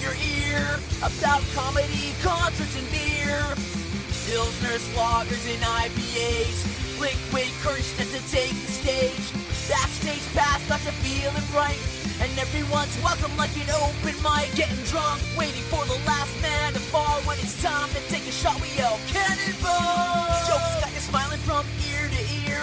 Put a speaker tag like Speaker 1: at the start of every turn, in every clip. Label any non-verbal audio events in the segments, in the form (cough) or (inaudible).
Speaker 1: your ear about comedy, concerts, and beer. Pilsner, loggers, and IPAs. Liquid courage just to take the stage. Backstage pass, got to feeling right. And everyone's welcome like an open mic. Getting drunk, waiting for the last man to fall. When it's time to take a shot, we yell cannonball. Jokes got you smiling from ear to ear.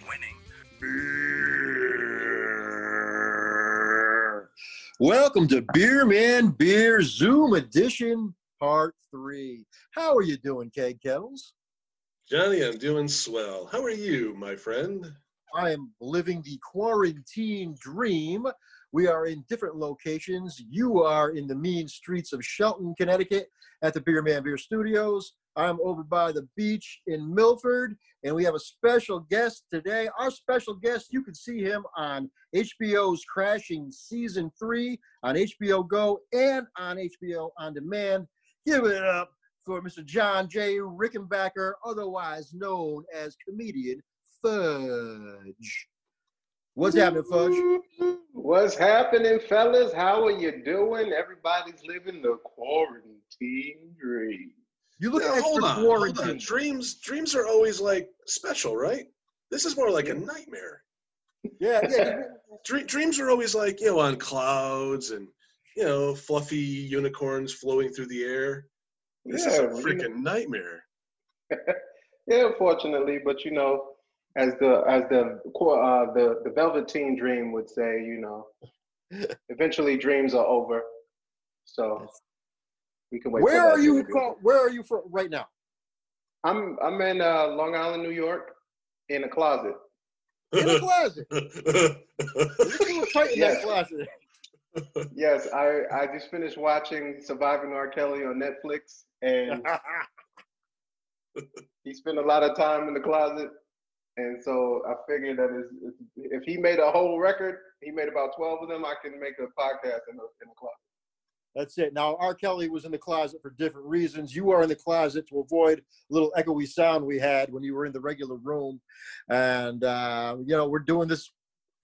Speaker 2: winning.
Speaker 3: Welcome to Beer Man Beer Zoom Edition Part 3. How are you doing, Keg Kettles?
Speaker 2: Johnny, I'm doing swell. How are you, my friend?
Speaker 3: I am living the quarantine dream. We are in different locations. You are in the mean streets of Shelton, Connecticut at the Beer Man Beer Studios. I'm over by the beach in Milford, and we have a special guest today. Our special guest, you can see him on HBO's Crashing Season 3 on HBO Go and on HBO On Demand. Give it up for Mr. John J. Rickenbacker, otherwise known as comedian Fudge. What's happening, Fudge?
Speaker 4: What's happening, fellas? How are you doing? Everybody's living the quarantine dream.
Speaker 3: You look
Speaker 2: Now,
Speaker 3: at
Speaker 2: hold
Speaker 3: the
Speaker 2: on, hold on.
Speaker 3: quarantine.
Speaker 2: Dreams, dreams are always like special, right? This is more like a nightmare.
Speaker 3: (laughs) Yeah,
Speaker 2: (laughs)
Speaker 3: yeah.
Speaker 2: Dre- dreams are always like you know on clouds and you know fluffy unicorns floating through the air. This is a
Speaker 4: Yeah, well, you know-
Speaker 2: freaking nightmare. (laughs)
Speaker 4: Yeah, fortunately, but you know, as the as the qu- uh, the the Velveteen Dream would say, you know,
Speaker 2: (laughs)
Speaker 4: eventually dreams are over. So we can wait.
Speaker 3: Where
Speaker 4: for that
Speaker 3: are
Speaker 4: to
Speaker 3: you?
Speaker 4: be.
Speaker 3: From, where are you from right now?
Speaker 4: I'm I'm in uh, Long Island, New York, in
Speaker 2: (laughs)
Speaker 4: a closet.
Speaker 3: In the closet. You were tight in that
Speaker 2: (laughs)
Speaker 4: Yeah.
Speaker 3: closet. (laughs)
Speaker 4: Yes, I I just finished watching Surviving R. Kelly on Netflix,
Speaker 2: (laughs)
Speaker 4: and he spent a lot of time in the closet, and so I figured that is if he made a whole record, he made about twelve of them. I can make a podcast in the, in the closet.
Speaker 3: That's it. Now R. Kelly was in the closet for different reasons. You are in the closet to avoid little echoey sound we had when you were in the regular room, and uh, you know we're doing this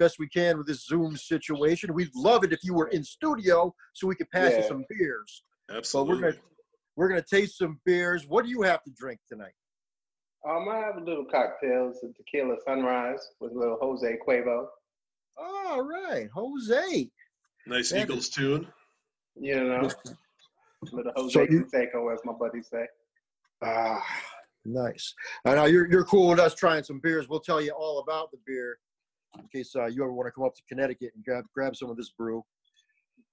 Speaker 3: best we can with this Zoom situation. We'd love it if you were in studio so we could pass you
Speaker 4: Yeah.
Speaker 3: some beers.
Speaker 2: Absolutely.
Speaker 3: gonna- We're gonna taste some beers. What do you have to drink tonight?
Speaker 4: Um, I have a little cocktails, a tequila sunrise with a little Jose Cuervo.
Speaker 3: All right, Jose.
Speaker 2: nice
Speaker 3: Yeah.
Speaker 2: Eagles tune.
Speaker 3: (laughs)
Speaker 4: You know, little Jose
Speaker 3: So you-
Speaker 4: Canseco, as my buddies say.
Speaker 3: Ah, nice. I know you're, you're cool with us trying some beers. We'll tell you all about the beer in case uh, you ever want to come up to Connecticut and grab, grab some of this brew.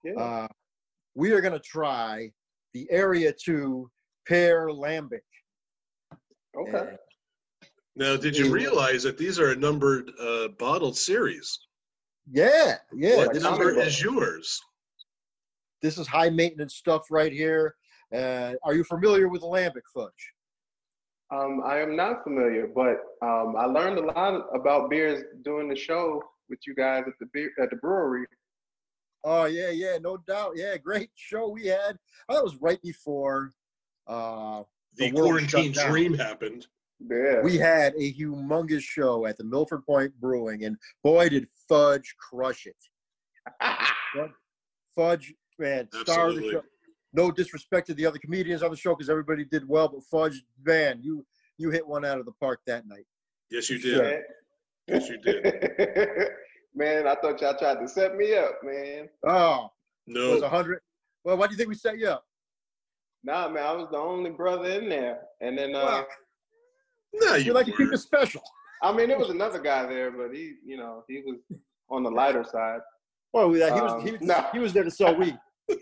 Speaker 4: Yeah.
Speaker 3: Uh, we are going to try the Area 2 Pear Lambic.
Speaker 4: okay.
Speaker 2: Now, did you realize that these are a numbered uh, bottled series?
Speaker 3: Yeah, yeah.
Speaker 2: what
Speaker 3: this,
Speaker 4: not-
Speaker 2: number
Speaker 4: is-
Speaker 2: is yours?
Speaker 3: this is high maintenance stuff right here. Uh, are you familiar with Lambic Fudge?
Speaker 4: Um, I am not familiar, but um, I learned a lot about beers doing the show with you guys at the beer at the brewery.
Speaker 3: Oh yeah, yeah, no doubt. Yeah, great show we had. Oh, that was right before uh,
Speaker 2: the,
Speaker 3: The world
Speaker 2: quarantine
Speaker 3: shut down.
Speaker 2: dream happened.
Speaker 4: Yeah.
Speaker 3: we had a humongous show at the Milford Point Brewing, and boy, did Fudge crush it. Fudge, man, star of the
Speaker 2: Absolutely.
Speaker 3: show. No disrespect to the other comedians on the show because everybody did well, but Fudge, man, you you hit one out of the park that night.
Speaker 2: Yes, you did.
Speaker 4: (laughs)
Speaker 3: Sure.
Speaker 2: Yes, you did.
Speaker 3: (laughs)
Speaker 4: man, I thought y'all tried to set me up, man.
Speaker 3: Oh, it was
Speaker 2: No,
Speaker 3: a hundred. Well, why do you think we set you up?
Speaker 4: Nah, man, I was the only brother in there, and then uh,
Speaker 3: Well,
Speaker 2: no,
Speaker 3: we
Speaker 2: you
Speaker 3: like to keep
Speaker 2: weren't.
Speaker 3: it special.
Speaker 4: I mean, there was another guy there, but he, you know, he was on the lighter side. (laughs)
Speaker 3: Well, we, uh, he was
Speaker 4: Um,
Speaker 3: he was,
Speaker 4: no.
Speaker 3: he was there to sell weed.
Speaker 2: He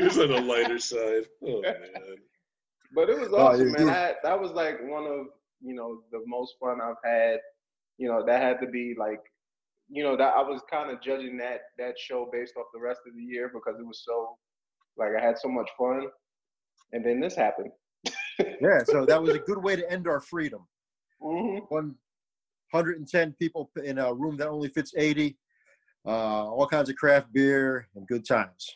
Speaker 2: was on the lighter side. Oh man,
Speaker 3: (laughs)
Speaker 4: But it was
Speaker 3: Oh,
Speaker 4: awesome,
Speaker 3: yeah,
Speaker 4: man.
Speaker 3: yeah.
Speaker 4: I, that was like one of you know the most fun I've had. You know that had to be like, you know that I was kind of judging that that show based off the rest of the year because it was so like I had so much fun. and then this happened.
Speaker 3: (laughs) Yeah, so that was a good way to end our freedom.
Speaker 4: Mhm.
Speaker 3: 110 people in a room that only fits 80. Uh, all kinds of craft beer and good times.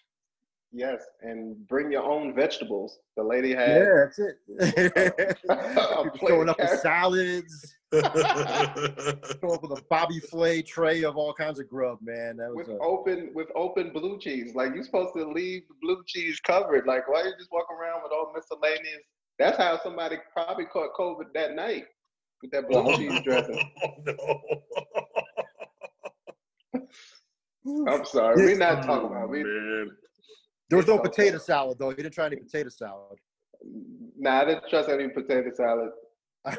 Speaker 4: Yes, and bring your own vegetables. The lady had.
Speaker 3: Yeah, that's
Speaker 4: (laughs)
Speaker 3: (laughs) it.
Speaker 4: A
Speaker 3: People
Speaker 4: plate
Speaker 3: showing
Speaker 4: of
Speaker 3: up with
Speaker 4: carrots.
Speaker 3: salads, showing up with a Bobby Flay tray of all kinds of grub, man. That was
Speaker 4: with
Speaker 3: a,
Speaker 4: open with open blue cheese. Like you're supposed to leave the blue cheese covered. Like why you just walk around with all miscellaneous? That's how somebody probably caught COVID that night with
Speaker 2: (laughs)
Speaker 4: that blue cheese
Speaker 2: Oh.
Speaker 4: dressing.
Speaker 2: no.
Speaker 4: I'm sorry, we're not talking about we.
Speaker 2: Oh, Man.
Speaker 3: there was no
Speaker 4: it's
Speaker 3: potato
Speaker 4: okay.
Speaker 3: salad though. He didn't try any potato salad. (laughs)
Speaker 4: Nah, I didn't trust any potato salad. I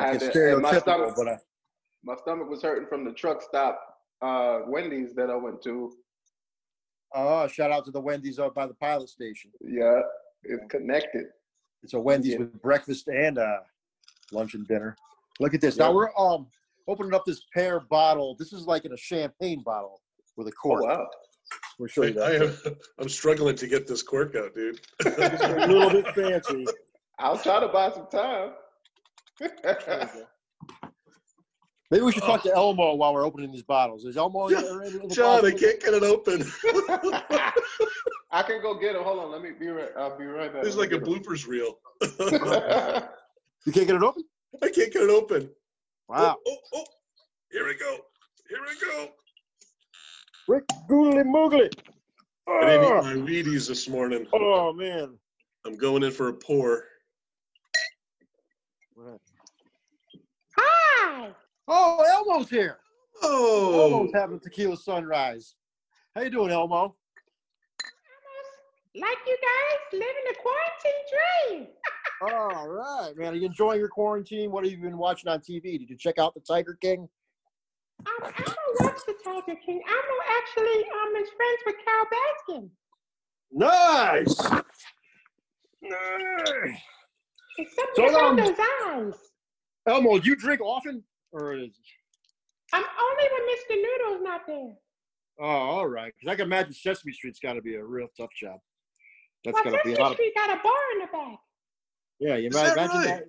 Speaker 4: had
Speaker 3: It's
Speaker 4: to, and my
Speaker 3: stereotypical,
Speaker 4: stomach.
Speaker 3: but I-
Speaker 4: My stomach was hurting from the truck stop uh, Wendy's that I went to.
Speaker 3: oh, shout out to the Wendy's up by the pilot station.
Speaker 4: Yeah, it's connected.
Speaker 3: It's a Wendy's
Speaker 4: Yeah.
Speaker 3: with breakfast and uh, lunch and dinner. Look at this. Now
Speaker 4: Yeah.
Speaker 3: we're um opening up this pear bottle. This is like in a champagne bottle with a
Speaker 4: Oh,
Speaker 3: cork.
Speaker 4: wow.
Speaker 3: We're showing
Speaker 2: I
Speaker 3: that.
Speaker 2: am, (laughs) I'm struggling to get this cork out, dude.
Speaker 3: It's (laughs) a little
Speaker 2: (laughs)
Speaker 3: bit fancy.
Speaker 4: I'll try to buy some time.
Speaker 3: Maybe we should talk to
Speaker 2: Oh.
Speaker 3: Elmo while we're opening these bottles. Is Elmo in the- in the
Speaker 2: John, I
Speaker 3: closet?
Speaker 2: can't get
Speaker 3: (laughs)
Speaker 2: it open.
Speaker 4: (laughs) I can go get him. Hold on, let me be right. I'll be right back.
Speaker 2: There's like
Speaker 4: Let me
Speaker 2: a
Speaker 4: (laughs) get 'em.
Speaker 2: bloopers reel.
Speaker 3: You can't get it open?
Speaker 2: I can't get it open.
Speaker 3: Wow.
Speaker 2: Oh, oh, oh. Here we go. Here we go.
Speaker 3: Rick Googly Moogly.
Speaker 2: I didn't eat
Speaker 3: Oh,
Speaker 2: my Wheaties this morning.
Speaker 3: oh, man.
Speaker 2: I'm going in for a pour.
Speaker 3: Oh, Elmo's here.
Speaker 2: Oh,
Speaker 3: Elmo's having tequila sunrise. How you doing, Elmo?
Speaker 5: like you guys living the quarantine dream.
Speaker 3: All right, man. Are you enjoying your quarantine? What have you been watching on TV? Did you check out the Tiger King?
Speaker 5: Um, I don't watch the Tiger King. I'm not actually um is friends with Carol Baskin.
Speaker 3: Nice.
Speaker 5: It's
Speaker 3: So
Speaker 5: something about
Speaker 3: long.
Speaker 5: those eyes.
Speaker 3: Elmo, do you drink often? Or is
Speaker 5: I'm only when Mr. Noodle's not there.
Speaker 3: oh, all right. Because I can imagine Sesame Street's got to be a real tough job. That's
Speaker 5: well,
Speaker 3: got to be a lot of
Speaker 5: Street got a bar in the back.
Speaker 3: yeah. You
Speaker 2: Is
Speaker 3: might
Speaker 2: that
Speaker 3: imagine
Speaker 2: right?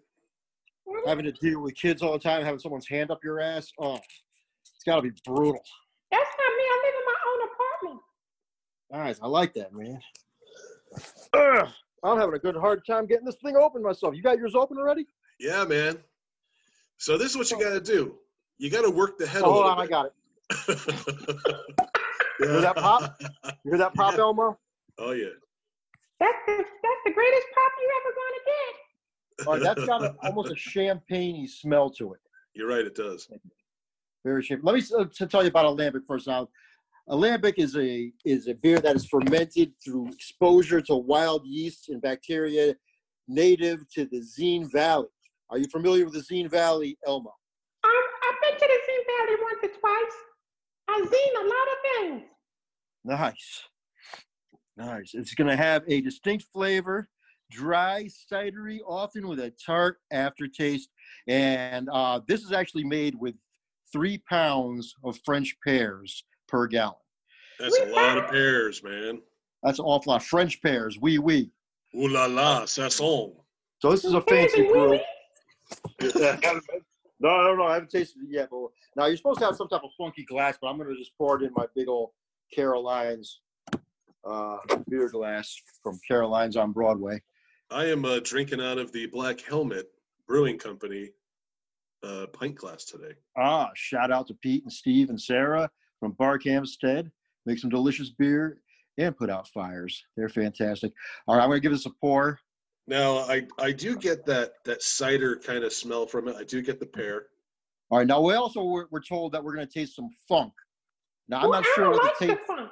Speaker 3: that- having to deal with kids all the time, having someone's hand up your ass. Oh, it's got to be brutal.
Speaker 5: That's not me. I live in my own apartment.
Speaker 3: Nice. I like that, man. Ugh, I'm having a good hard time getting this thing open myself. You got yours open already?
Speaker 2: yeah, man. So this is what you got to do. You got to work the head
Speaker 3: Oh,
Speaker 2: a
Speaker 3: hold
Speaker 2: little
Speaker 3: on, I
Speaker 2: bit.
Speaker 3: got it.
Speaker 2: (laughs) Yeah.
Speaker 3: Hear that pop? You hear that pop,
Speaker 2: Yeah.
Speaker 3: Elmo?
Speaker 2: Oh yeah.
Speaker 5: That's the that's the greatest pop you ever gonna get.
Speaker 3: All right, that's got a, almost a champagne smell to it.
Speaker 2: You're right. It does.
Speaker 3: Very shape. Let me s- uh, to tell you about alembic first. Now, alembic is a is a beer that is fermented through exposure to wild yeast and bacteria native to the Zine Valley. Are you familiar with the Zine Valley, Elmo?
Speaker 5: Um, I've been to the Zine Valley once or twice. I've seen a lot of things.
Speaker 3: Nice. Nice. It's going to have a distinct flavor, dry, cidery, often with a tart aftertaste. And uh, this is actually made with three pounds of French pears per gallon.
Speaker 2: That's a lot of pears, man.
Speaker 3: That's an awful lot. French pears, wee wee.
Speaker 2: Ooh la la, sasson.
Speaker 3: So this is a
Speaker 5: There's
Speaker 3: fancy brew.
Speaker 5: wee-wee.
Speaker 3: no, (laughs) no, no. I haven't tasted it yet. But now you're supposed to have some type of funky glass, but I'm going to just pour it in my big old Caroline's uh, beer glass from Caroline's on Broadway.
Speaker 2: I am uh, drinking out of the Black Helmet Brewing Company uh, pint glass today.
Speaker 3: Ah, shout out to Pete and Steve and Sarah from Bark Hampstead. Make some delicious beer and put out fires. They're fantastic. All right, I'm going to give this a pour.
Speaker 2: Now I I do get that that cider kind of smell from it. I do get the pear.
Speaker 3: All right, now we also were, we're told that we're going to taste some funk. Now I'm
Speaker 5: Ooh,
Speaker 3: not
Speaker 5: I
Speaker 3: sure
Speaker 5: don't
Speaker 3: what
Speaker 5: like
Speaker 3: the taste
Speaker 5: the funk.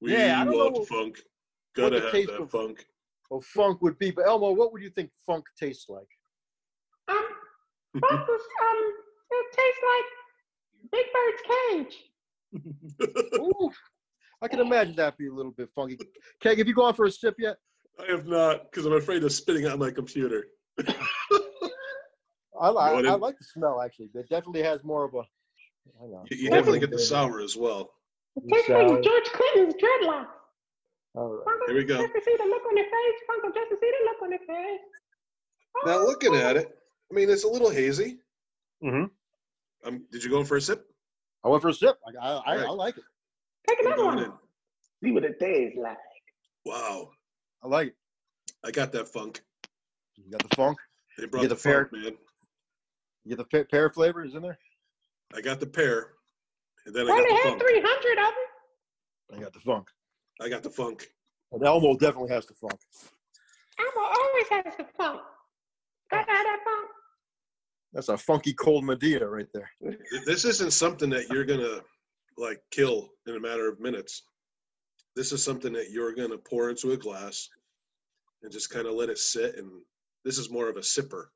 Speaker 2: We
Speaker 3: Yeah, I don't
Speaker 2: love
Speaker 3: know
Speaker 2: funk.
Speaker 3: what
Speaker 2: Gotta
Speaker 3: the
Speaker 2: have
Speaker 3: taste
Speaker 2: that
Speaker 3: of-
Speaker 2: funk. (laughs)
Speaker 3: of funk would be, but Elmo, what would you think funk tastes (laughs) like?
Speaker 2: (laughs)
Speaker 5: Um, Buffalo's, um, it tastes like Big Bird's cage.
Speaker 3: Ooh, I can imagine that be a little bit funky. Keg, have you gone for a sip yet?
Speaker 2: I have not because I'm afraid of spitting out my computer.
Speaker 3: I, li-
Speaker 2: What
Speaker 3: I, I
Speaker 2: is-
Speaker 3: like the smell actually. It definitely has more of a. Hang on.
Speaker 2: You, you definitely get the sour as well.
Speaker 5: It tastes like George Clinton's dreadlocks.
Speaker 3: All right.
Speaker 5: Funko,
Speaker 2: Here we go.
Speaker 5: Just to see the look on your face, Funko. Just to see the look on your face.
Speaker 2: Now looking at it, I mean it's a little hazy.
Speaker 3: Mhm.
Speaker 2: Um, did you go in for a sip?
Speaker 3: I went for a sip. I, I, I, I
Speaker 2: Right.
Speaker 3: like it.
Speaker 5: Oh, Take
Speaker 2: I'm
Speaker 5: another
Speaker 2: going
Speaker 5: one.
Speaker 2: in.
Speaker 4: See what it tastes like.
Speaker 2: Wow,
Speaker 3: I like it.
Speaker 2: I got that funk.
Speaker 3: You got the funk.
Speaker 2: They brought
Speaker 3: get
Speaker 2: the
Speaker 3: the pear?
Speaker 2: funk, man.
Speaker 3: You get the pear, pear flavors in there.
Speaker 2: I got the pear, and then I
Speaker 5: Why
Speaker 2: got
Speaker 5: they
Speaker 2: the
Speaker 5: had
Speaker 2: funk.
Speaker 5: 300 of them?
Speaker 3: I got the funk.
Speaker 2: I got the funk.
Speaker 3: And Elmo definitely has the funk.
Speaker 5: Elmo always has the funk. I had that funk.
Speaker 3: That's a funky cold Medea right there.
Speaker 2: This isn't something that you're gonna like kill in a matter of minutes. This is something that you're gonna pour into a glass and just kind of let it sit. And this is more of a sipper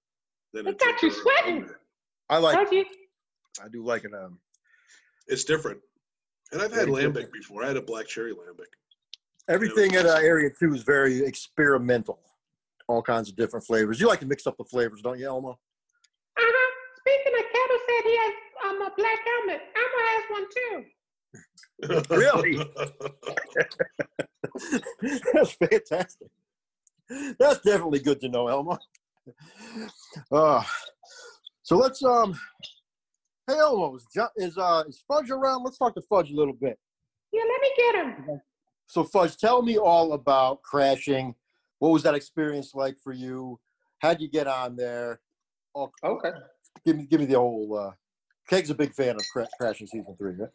Speaker 2: than a
Speaker 5: It got you
Speaker 2: drinker or a
Speaker 5: sweating.
Speaker 2: drinker.
Speaker 3: I like.
Speaker 5: Don't you?
Speaker 3: I do like an um.
Speaker 2: It's different. And I've had
Speaker 3: Very
Speaker 2: lambic
Speaker 3: different.
Speaker 2: before. I had a black cherry lambic.
Speaker 3: Everything at uh, Area Two is very experimental. All kinds of different flavors. You like to mix up the flavors, don't you, Elmo?
Speaker 5: Uh-huh. Speaking of Kettle said he has um, a black helmet. Elmo has one
Speaker 3: (laughs)
Speaker 5: too.
Speaker 3: Really? (laughs) That's fantastic. That's definitely good to know, Elmo. Uh, so let's um. Hey, Elmo, is, Ju- is uh is Fudge around? Let's talk to Fudge a little bit.
Speaker 5: Yeah, let me get him.
Speaker 3: So, Fudge, tell me all about crashing. What was that experience like for you? How'd you get on there?
Speaker 4: Okay.
Speaker 3: Give me, give me the whole. Uh, Keg's a big fan of cra- crashing season three, right?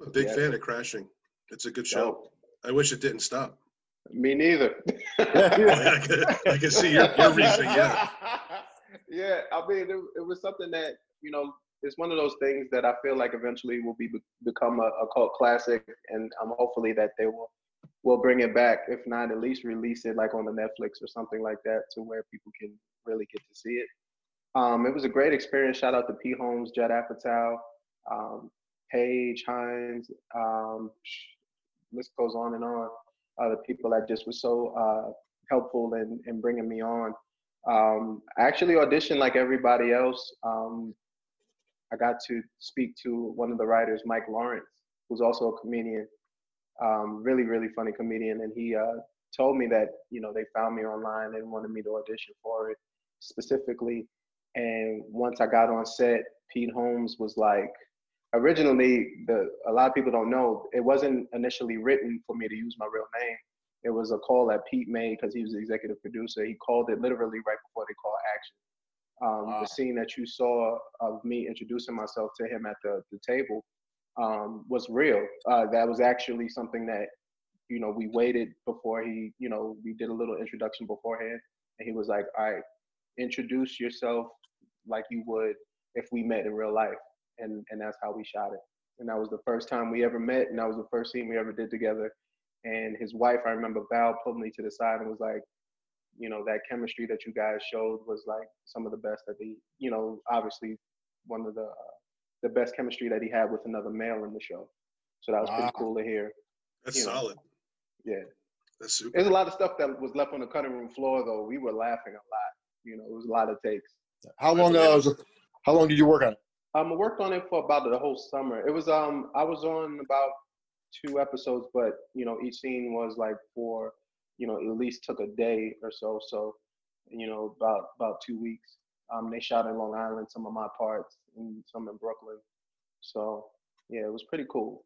Speaker 2: I'm a (laughs) big
Speaker 4: Yeah.
Speaker 2: fan of Crashing. It's a good
Speaker 3: Oh.
Speaker 2: show.
Speaker 4: No,
Speaker 2: I wish it didn't stop. (laughs)
Speaker 4: me neither.
Speaker 2: I can, I can see your, your reasoning. Yeah.
Speaker 4: (laughs) Yeah, I mean, it, it was something that you know, it's one of those things that I feel like eventually will be become a, a cult classic, and um, hopefully that they will will bring it back. If not, at least release it like on the Netflix or something like that, to where people can really get to see it. Um, it was a great experience. Shout out to P. Holmes, Judd Apatow, um, Paige Hines. Um, list goes on and on. Uh, the people that just were so uh, helpful in, in bringing me on. Um, I actually auditioned like everybody else. Um, I got to speak to one of the writers, Mike Lawrence, who's also a comedian, um, really, really funny comedian. And he uh, told me that, you know, they found me online and wanted me to audition for it specifically. And once I got on set, Pete Holmes was like, originally, the, a lot of people don't know, it wasn't initially written for me to use my real name it was a call that Pete made because he was the executive producer. He called it literally right before they called action. Um,
Speaker 3: Wow.
Speaker 4: The scene that you saw of me introducing myself to him at the, the table um, was real. Uh, that was actually something that, you know, we waited before he, you know, we did a little introduction beforehand. And he was like, all right, introduce yourself like you would if we met in real life. And, and that's how we shot it. And that was the first time we ever met. And that was the first scene we ever did together and his wife i remember val pulled me to the side and was like you know that chemistry that you guys showed was like some of the best that he you know obviously one of the uh, the best chemistry that he had with another male in the show so that was
Speaker 3: Wow.
Speaker 4: pretty cool to hear
Speaker 2: That's
Speaker 4: You know.
Speaker 2: solid.
Speaker 4: Yeah.
Speaker 2: That's super.
Speaker 4: there's a lot of stuff that was left on the cutting room floor though we were laughing a lot you know it was a lot of takes
Speaker 3: How long? Uh, was it- how long did you work on it?
Speaker 4: Um, I worked on it for about the whole summer. It was um, I was on about two episodes, but you know, each scene was like for, you know, at least took a day or so. So, you know, about about two weeks. Um, they shot in Long Island, some of my parts, and some in Brooklyn. So, yeah, it was pretty cool.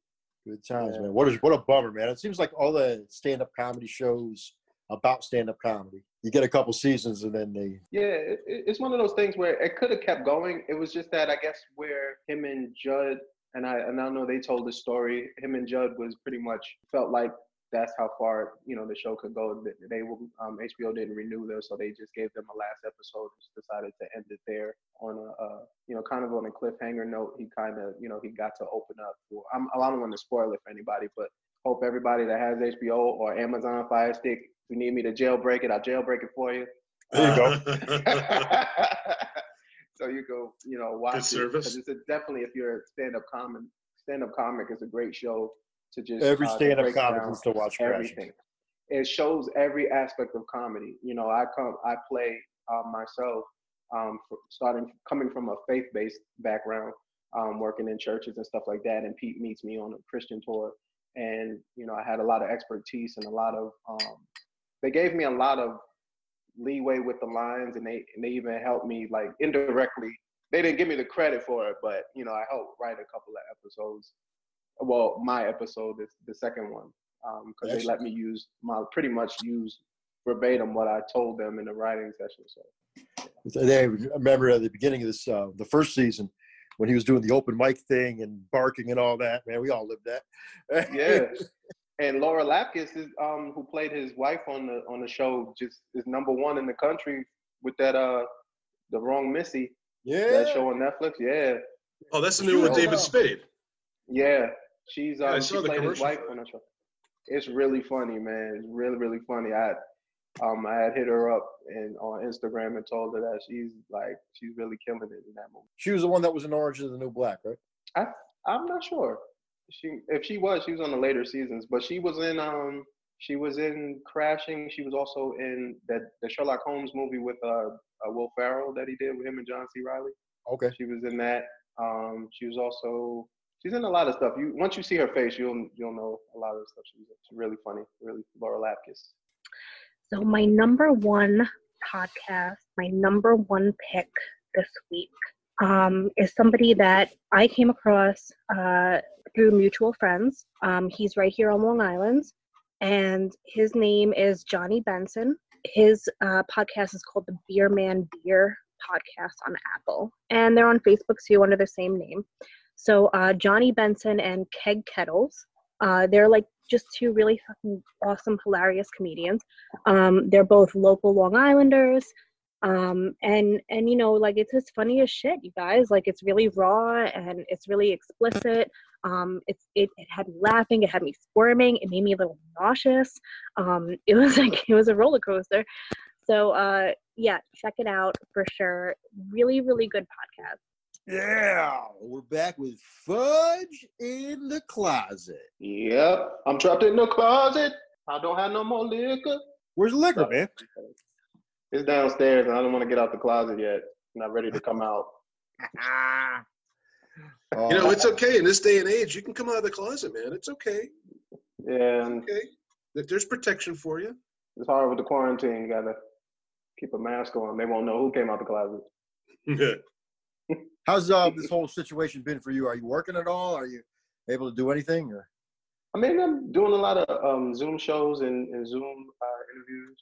Speaker 3: Good times,
Speaker 4: Yeah.
Speaker 3: man. What is what a bummer, man. It seems like all the stand-up comedy shows about stand-up comedy. You get a couple seasons and then they
Speaker 4: Yeah, it, it- it's one of those things where it could have kept going. It was just that I guess where him and Judd and I and I know they told the story. Him and Judd was pretty much felt like that's how far you know the show could go. Th- They were- um, HBO didn't renew them, so they just gave them a last episode. Just decided to end it there on a uh, you know kind of on a cliffhanger note. He kind of you know he got to open up for. I'm, I don't want to spoil it for anybody, but hope everybody that has HBO or Amazon Fire Stick, if you need me to jailbreak it, I'll jailbreak it for you.
Speaker 3: There you go.
Speaker 4: (laughs) so you go, you know, watch it.
Speaker 2: service.
Speaker 4: 'Cause It's a, definitely if you're a stand-up comic, stand-up comic is a great show to just
Speaker 3: every
Speaker 4: uh, to
Speaker 3: stand-up
Speaker 4: break
Speaker 3: comic
Speaker 4: down
Speaker 3: needs to watch Crash.
Speaker 4: everything. It shows every aspect of comedy. You know, I come, I play uh, myself, um, f- starting coming from a faith-based background, um, working in churches and stuff like that. And Pete meets me on a Christian tour, and you know I had a lot of expertise and a lot of um, they gave me a lot of leeway with the lines, and they and they even helped me like indirectly. They didn't give me the credit for it, but you know I helped write a couple of episodes. Well, my episode is the second one because they let me use my pretty much use verbatim what I told them in the writing session. So
Speaker 3: They remember at the beginning of this, uh, the first season, when he was doing the open mic thing and barking and all that. (laughs) Man, we all lived that.
Speaker 4: yeah. And Laura Lapkus is um who played his wife on the on the show just is number one in the country with that uh the wrong Missy
Speaker 3: yeah.
Speaker 4: that show on Netflix. Yeah,
Speaker 2: (laughs) Oh, that's the new one with David Spade.
Speaker 4: yeah. She's
Speaker 2: Yeah, I
Speaker 4: um
Speaker 2: saw
Speaker 4: she
Speaker 2: the
Speaker 4: played his
Speaker 2: commercial
Speaker 4: wife
Speaker 2: for it.
Speaker 4: on the show. It's really funny, man. It's really really funny. I um I had hit her up and on Instagram and told her that she's like she's really killing it in that movie.
Speaker 3: She was the one that was in Orange is the New Black, right?
Speaker 4: I'm not sure. She if she was, she was on the later seasons, but she was in um she was in Crashing. She was also in that the Sherlock Holmes movie with uh, uh Will Farrell that he did with him and John C. Riley.
Speaker 3: Okay.
Speaker 4: She was in that. Um she was also she's in a lot of stuff. You once you see her face, you'll you'll know a lot of the stuff she's in. She's really funny, really Laura Lapkus.
Speaker 6: So my number one podcast, my number one pick this week um, is somebody that I came across uh, through mutual friends. Um, he's right here on Long Island, and his name is Johnny Benson. His uh, podcast is called the Beer Man Beer Podcast on Apple, and they're on Facebook too under the same name. So uh, Johnny Benson and Keg Kettles, uh, they're like just two really fucking awesome, hilarious comedians um, they're both local long islanders um, and and you know like it's as funny as shit you guys like it's really raw and it's really explicit um, it's it, it had me laughing it had me squirming it made me a little nauseous um, it (laughs) was like it was a roller coaster so uh, yeah check it out for sure really really good podcast
Speaker 3: Yeah. We're back with Fudge in the Closet.
Speaker 4: Yep. I'm trapped in the closet. I don't have no more liquor.
Speaker 3: Where's the liquor, man?
Speaker 4: It's downstairs and I don't want to get out the closet yet. I'm not ready to come out.
Speaker 3: Oh,
Speaker 2: You know, it's okay in this day and age. You can come out of the closet, man. It's okay.
Speaker 3: Um,
Speaker 4: And
Speaker 2: Okay. There- There's protection
Speaker 3: (laughs)
Speaker 2: for you.
Speaker 4: It's hard with the quarantine. You gotta keep a mask on. They won't know who came out the closet.
Speaker 3: How's uh, (laughs) this whole situation been for you? Are you working at all? Are you able to do anything? Or
Speaker 4: I mean, I'm doing a lot of um, Zoom shows and, and Zoom uh, interviews.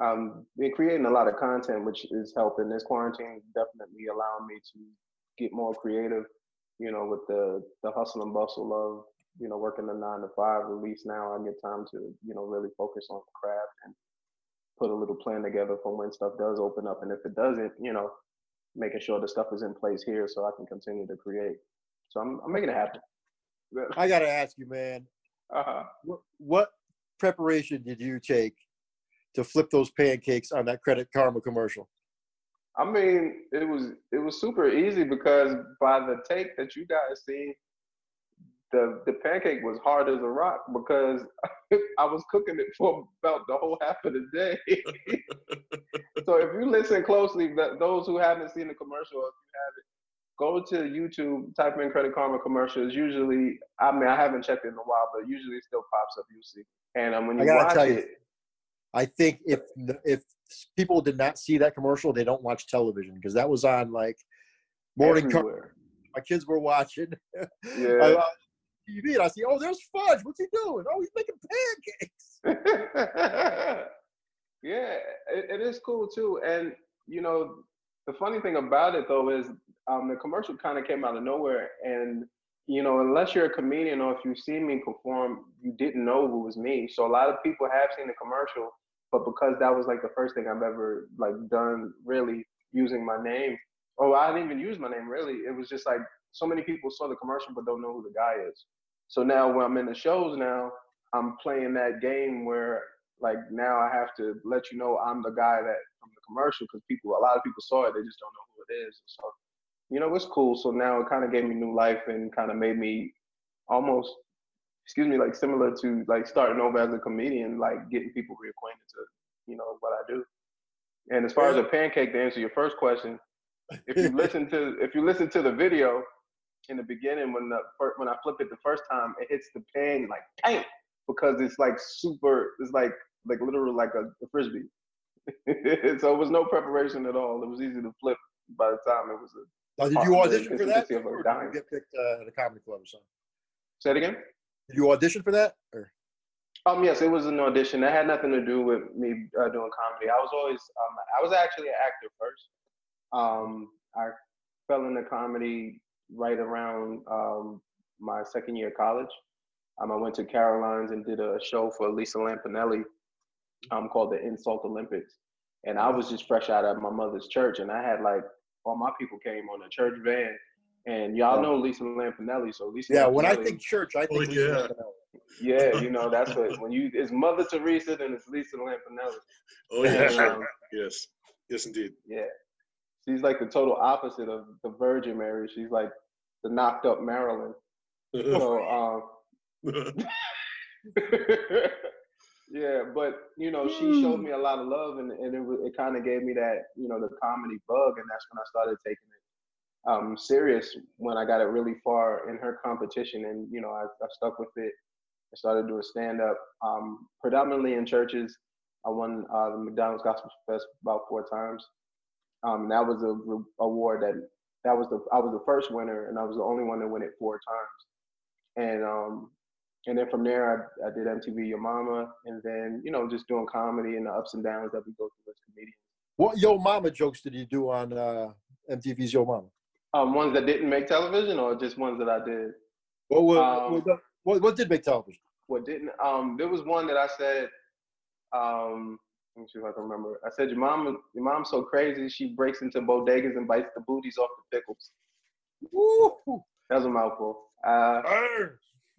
Speaker 4: Um, been creating a lot of content, which is helping. This quarantine is definitely allowing me to get more creative. You know, with the the hustle and bustle of you know working the nine to five. At least now I get time to you know really focus on the craft and put a little plan together for when stuff does open up, and if it doesn't, you know, making sure the stuff is in place here so I can continue to create. So I'm I'm making it happen.
Speaker 3: I got to ask you, man,
Speaker 4: Uh-huh.
Speaker 3: what, what preparation did you take to flip those pancakes on that Credit Karma commercial?
Speaker 4: I mean, it was it was super easy because by the take that you guys see, the the pancake was hard as a rock because (laughs) I was cooking it for about the whole half of the day. (laughs) so if you listen closely, th- those who haven't seen the commercial, if you haven't, go to YouTube, type in Credit Karma commercials. Usually, I mean, I haven't checked in a while, but usually it still pops up. You see, and um, when
Speaker 3: I
Speaker 4: you
Speaker 3: gotta
Speaker 4: watch
Speaker 3: tell you,
Speaker 4: it,
Speaker 3: I think if if people did not see that commercial, they don't watch television because that was on like morning. car-
Speaker 4: everywhere.
Speaker 3: my kids were watching. (laughs) I
Speaker 4: Yeah.
Speaker 3: watch TV and I see, oh, there's Fudge. What's he doing? Oh, he's making pancakes.
Speaker 4: (laughs) yeah, it, it is cool too. And you know, the funny thing about it though is um, the commercial kind of came out of nowhere. And you know, unless you're a comedian or if you've seen me perform, you didn't know who was me. So a lot of people have seen the commercial, but because that was like the first thing I've ever like done, really using my name. Oh, I didn't even use my name really. It was just like so many people saw the commercial but don't know who the guy is. So now when I'm in the shows now, I'm playing that game where like now I have to let you know I'm the guy that from the commercial because people a lot of people saw it they just don't know who it is so you know it's cool so now it kind of gave me new life and kind of made me almost excuse me like similar to like starting over as a comedian like getting people reacquainted to you know what I do and as far as a pancake to answer your first question if you listen to if you listen to the video in the beginning when the fir- when I flip it the first time, it hits the pin like dang because it's like super. It's like like literally like a, a frisbee. (laughs) so it was no preparation at all. It was easy to flip by the time it was. A,
Speaker 3: Now, did you
Speaker 4: Possibly.
Speaker 3: audition for
Speaker 4: It's
Speaker 3: that?
Speaker 4: just the other
Speaker 3: Or
Speaker 4: guy.
Speaker 3: did you get picked uh, at a comedy club or something?
Speaker 4: say it again.
Speaker 3: Did you audition for that? Or
Speaker 4: Um, yes, it was an audition. That had nothing to do with me uh, doing comedy. I was always, um, I was actually an actor first. Um, I fell into comedy right around um, my second year of college. Um, I went to Caroline's and did a show for Lisa Lampanelli um, called the Insult Olympics. And I was just fresh out of my mother's church, and I had like all my people came on a church van. And y'all know Lisa Lampanelli, so Lisa.
Speaker 3: yeah, when I
Speaker 4: Lampanelli-
Speaker 3: think church, I think
Speaker 2: Oh,
Speaker 3: Lisa
Speaker 2: yeah.
Speaker 3: Lampanelli.
Speaker 4: yeah, you know, that's what when you it's Mother Teresa then it's Lisa Lampanelli.
Speaker 2: Oh
Speaker 4: And,
Speaker 2: yeah,
Speaker 4: um,
Speaker 2: yes, yes indeed. (laughs)
Speaker 4: yeah. She's like the total opposite of the Virgin Mary. She's like the knocked up Marilyn.
Speaker 3: Oh.
Speaker 4: So um (laughs) yeah, but you know, she showed me a lot of love, and, and it, wa- it kind of gave me that you know the comedy bug, and that's when I started taking it um, serious. When I got it really far in her competition, and you know, I, I stuck with it. I started doing stand up, um, predominantly in churches. I won uh, the McDonald's Gospel Fest about four times. Um, that was a re- award that that was the I was the first winner, and I was the only one to win it four times. And um, and then from there, I, I did MTV Your Mama, and then you know just doing comedy and the ups and downs that we go through as comedians.
Speaker 3: What Yo Mama jokes did you do on uh, MTV's Yo Mama?
Speaker 4: Um, ones that didn't make television, or just ones that I did.
Speaker 3: What what,
Speaker 4: Um,
Speaker 3: what, what, what did make television?
Speaker 4: What didn't? Um, there was one that I said. Um, let me see if I can remember. I said your mom, your mom's so crazy, she breaks into bodegas and bites the booties off the pickles.
Speaker 3: Woo!
Speaker 4: That was a mouthful. Uh,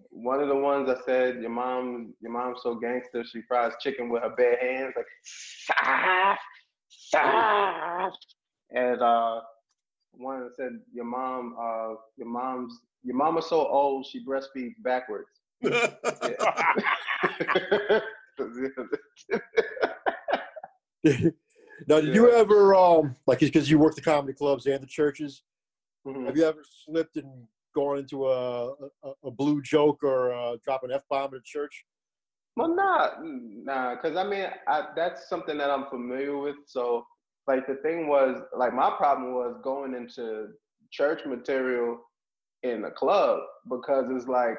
Speaker 4: one of the ones I said, your mom, your mom's so gangster, she fries chicken with her bare hands, like, "Ah, ah." and uh, one that said, your mom, uh, your mom's, your mama's so old, she breastfeeds backwards.
Speaker 3: (laughs)
Speaker 4: (laughs)
Speaker 2: (laughs)
Speaker 3: now, did you
Speaker 4: Yeah.
Speaker 3: ever um like because you work the comedy clubs and the churches? Have you ever slipped and gone into a a, a blue joke or uh, drop an f bomb at a church?
Speaker 4: Well, nah, nah, because I mean, I, that's something that I'm familiar with. So, like, the thing was, like, my problem was going into church material in the club because it's like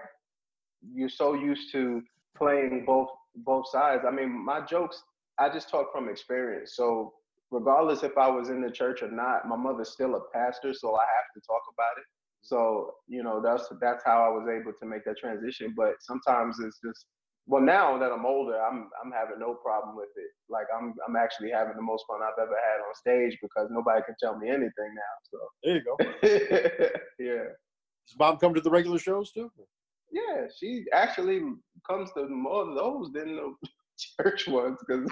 Speaker 4: you're so used to playing both both sides. I mean, my jokes, I just talk from experience. So, regardless if I was in the church or not, my mother's still a pastor, so I have to talk about it. So, you know, that's that's how I was able to make that transition. But sometimes it's just well now that i'm older i'm i'm having no problem with it like i'm i'm actually having the most fun i've ever had on stage because nobody can tell me anything now
Speaker 3: There you go.
Speaker 4: so (laughs) yeah
Speaker 3: Does mom come to the regular shows too?
Speaker 4: yeah she actually comes to more of those than the (laughs) church ones because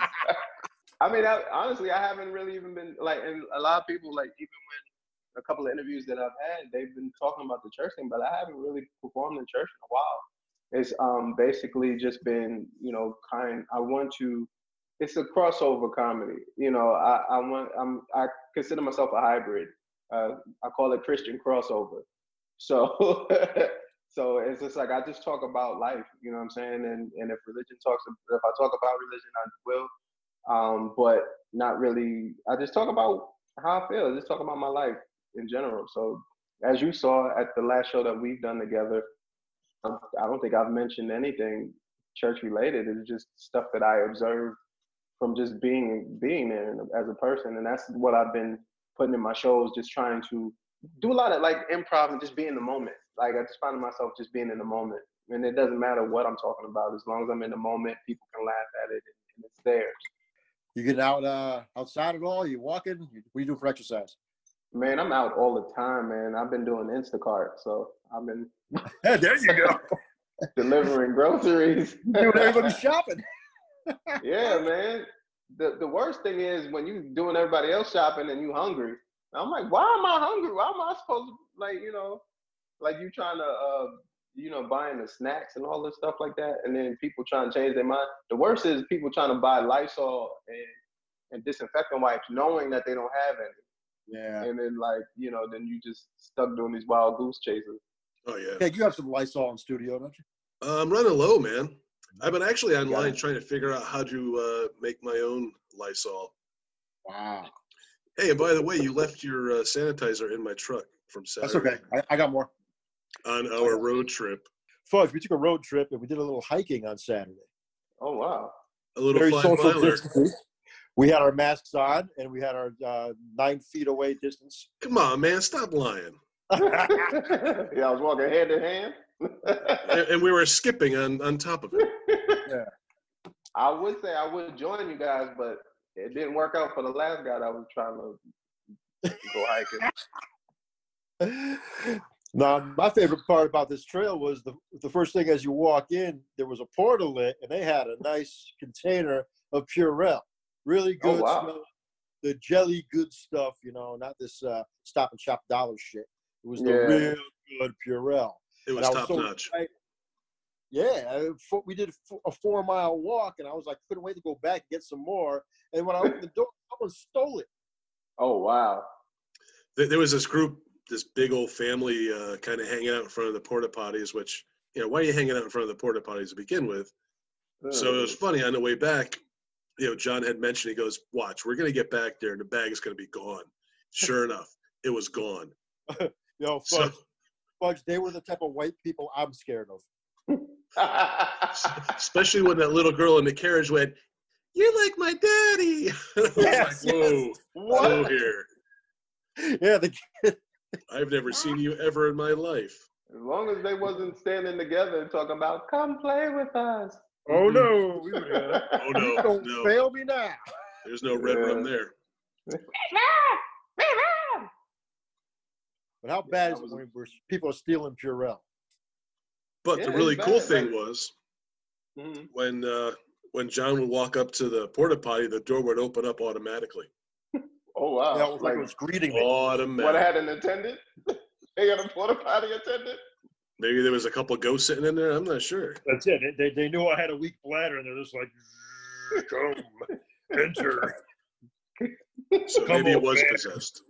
Speaker 4: (laughs) i mean I, honestly i haven't really even been like and a lot of people like even when a couple of interviews that i've had they've been talking about the church thing but i haven't really performed in church in a while it's um basically just been you know kind i want to it's a crossover comedy you know i i want i'm i consider myself a hybrid uh i call it christian crossover so (laughs) so it's just like i just talk about life you know what i'm saying and and if religion talks if i talk about religion i will um but not really i just talk about how i feel I just talk about my life in general so as you saw at the last show that we've done together I I don't think I've mentioned anything church related. It's just stuff that I observed from just being being there and as a person, and that's what I've been putting in my shows. Just trying to do a lot of like improv and just be in the moment. Like I just find myself just being in the moment, and it doesn't matter what I'm talking about as long as I'm in the moment. People can laugh at it, and it's there.
Speaker 3: You getting out uh, outside at all? You walking? You, what do you do for exercise?
Speaker 4: Man, I'm out all the time, man. I've been doing Instacart, so I've been
Speaker 3: there you go.
Speaker 4: (laughs) delivering groceries.
Speaker 3: Dude, (laughs) everybody's shopping.
Speaker 4: yeah, man. The the worst thing is when you doing everybody else shopping and you hungry. I'm like, why am I hungry? Why am I supposed to like you know, like you trying to uh you know buying the snacks and all this stuff like that, and then people trying to change their mind. The worst is people trying to buy Lysol and and disinfectant wipes, knowing that they don't have any,
Speaker 3: (laughs) Yeah.
Speaker 4: and then like you know, then you just stuck doing these wild goose chases.
Speaker 2: (laughs) Oh yeah.
Speaker 3: Peg, you have some Lysol in studio, don't you?
Speaker 2: Uh, I'm running low, man.
Speaker 3: Mm-hmm.
Speaker 2: I've been actually online trying to figure out how to uh, make my own Lysol.
Speaker 3: Wow.
Speaker 2: Hey, and by the way, you left your uh, sanitizer in my truck from Saturday
Speaker 3: That's okay. I, I got more.
Speaker 2: on our road trip.
Speaker 3: Fudge, we took a road trip and we did a little hiking on Saturday.
Speaker 4: Oh wow. (laughs)
Speaker 2: A little
Speaker 3: Very
Speaker 2: five
Speaker 3: social
Speaker 2: miler.
Speaker 3: distancing. We had our masks on and we had our uh, nine feet away distance.
Speaker 2: Come on, man, stop lying.
Speaker 4: yeah, I was walking hand in hand. (laughs)
Speaker 2: And, and we were skipping on on top of it.
Speaker 4: I would say I would join you guys, but it didn't work out for the last guy that was trying to go hiking.
Speaker 3: Now, my favorite part about this trail was the, the first thing as you walk in, there was a portal lit, and they had a nice container of Purell. Really
Speaker 4: Oh,
Speaker 3: good
Speaker 4: wow.
Speaker 3: smell. The jelly good stuff, you know, not this uh, stop and shop dollar shit. It was the
Speaker 4: Yeah.
Speaker 3: real good Purell.
Speaker 2: It was
Speaker 3: And I was
Speaker 2: top
Speaker 3: so
Speaker 2: notch.
Speaker 3: Yeah, I- fo- we did a fo- a four mile walk, and I was like, couldn't wait to go back and get some more. And when I opened the door, someone stole it.
Speaker 4: Oh wow.
Speaker 2: There there was this group, this big old family, uh, kind of hanging out in front of the porta potties. Which, you know, why are you hanging out in front of the porta potties to begin with? So it was funny on the way back. You know, John had mentioned he goes, "Watch, we're gonna get back there, and the bag is gonna be gone." Sure enough, it was gone.
Speaker 4: (laughs)
Speaker 3: Yo,
Speaker 2: So,
Speaker 3: fudge, fudge, they were the type of white people I'm scared of. (laughs)
Speaker 2: especially when that little girl in the carriage went, "You're like my daddy." (laughs) I was
Speaker 3: Yes,
Speaker 2: like, "Whoa, whoa
Speaker 4: (laughs) what?
Speaker 2: here!
Speaker 3: Yeah, the
Speaker 2: I've never seen you ever in my life."
Speaker 4: As long as they wasn't standing together and talking about come play with us.
Speaker 3: Oh
Speaker 2: Mhm.
Speaker 3: no! We
Speaker 4: (laughs)
Speaker 2: Oh
Speaker 3: (laughs)
Speaker 2: no,
Speaker 3: Don't
Speaker 2: no,
Speaker 3: fail me now.
Speaker 2: there's no red rum there.
Speaker 3: But how
Speaker 4: Yeah,
Speaker 3: bad
Speaker 4: that
Speaker 3: is it
Speaker 4: was-
Speaker 3: when we're- people are stealing Purell?
Speaker 2: But
Speaker 4: Yeah,
Speaker 2: the
Speaker 4: it's
Speaker 2: really cool
Speaker 4: bad,
Speaker 2: thing
Speaker 4: like-
Speaker 2: was
Speaker 4: Mhm.
Speaker 2: when uh, when John would walk up to the porta potty, the door would open up automatically.
Speaker 4: Oh
Speaker 3: Yeah,
Speaker 4: wow.
Speaker 3: it was like
Speaker 4: like,
Speaker 3: it was greeting me.
Speaker 2: Automatic.
Speaker 4: what I had an attendant? (laughs) they got a porta potty attendant?
Speaker 2: Maybe there was a couple ghosts sitting in there. I'm not sure.
Speaker 3: That's it. They, they, they knew I had a weak bladder, and they're just like, (laughs) "Come, enter."
Speaker 2: So
Speaker 3: Come
Speaker 2: maybe it
Speaker 3: on,
Speaker 2: was
Speaker 3: man.
Speaker 2: possessed.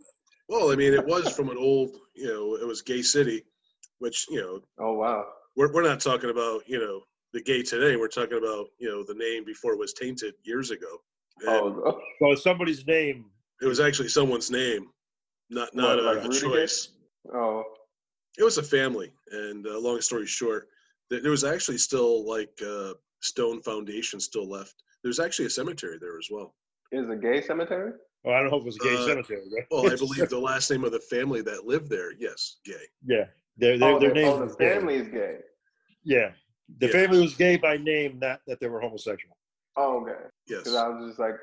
Speaker 2: Well, I mean, it was from an old, you know, it was Gay City, which, you know,
Speaker 4: Oh wow.
Speaker 2: we're, we're not talking about, you know, the gay today. We're talking about, you know, the name before it was tainted years ago. And
Speaker 4: Oh,
Speaker 3: So somebody's name.
Speaker 2: It was actually someone's name, not not uh,
Speaker 4: What,
Speaker 2: a,
Speaker 4: like
Speaker 2: a
Speaker 4: Rudy Gay?
Speaker 2: choice.
Speaker 4: oh.
Speaker 2: It was a family. And uh, long story short, th- there was actually still like uh, stone foundation still left. There's actually a cemetery there as well.
Speaker 4: Is it a gay cemetery?
Speaker 3: Well, I don't know if it was a gay
Speaker 2: Uh,
Speaker 3: cemetery. Right?
Speaker 4: (laughs)
Speaker 2: Well, I believe the last name of the family that lived there, yes, gay.
Speaker 3: (laughs) yeah, their their,
Speaker 4: oh,
Speaker 3: their
Speaker 4: the-
Speaker 3: name.
Speaker 4: oh, the
Speaker 3: was gay.
Speaker 4: family is gay.
Speaker 3: Yeah, the
Speaker 2: Yeah.
Speaker 3: family was gay by name, not that they were homosexual.
Speaker 4: Oh, okay.
Speaker 2: Yes.
Speaker 4: Because I was just like,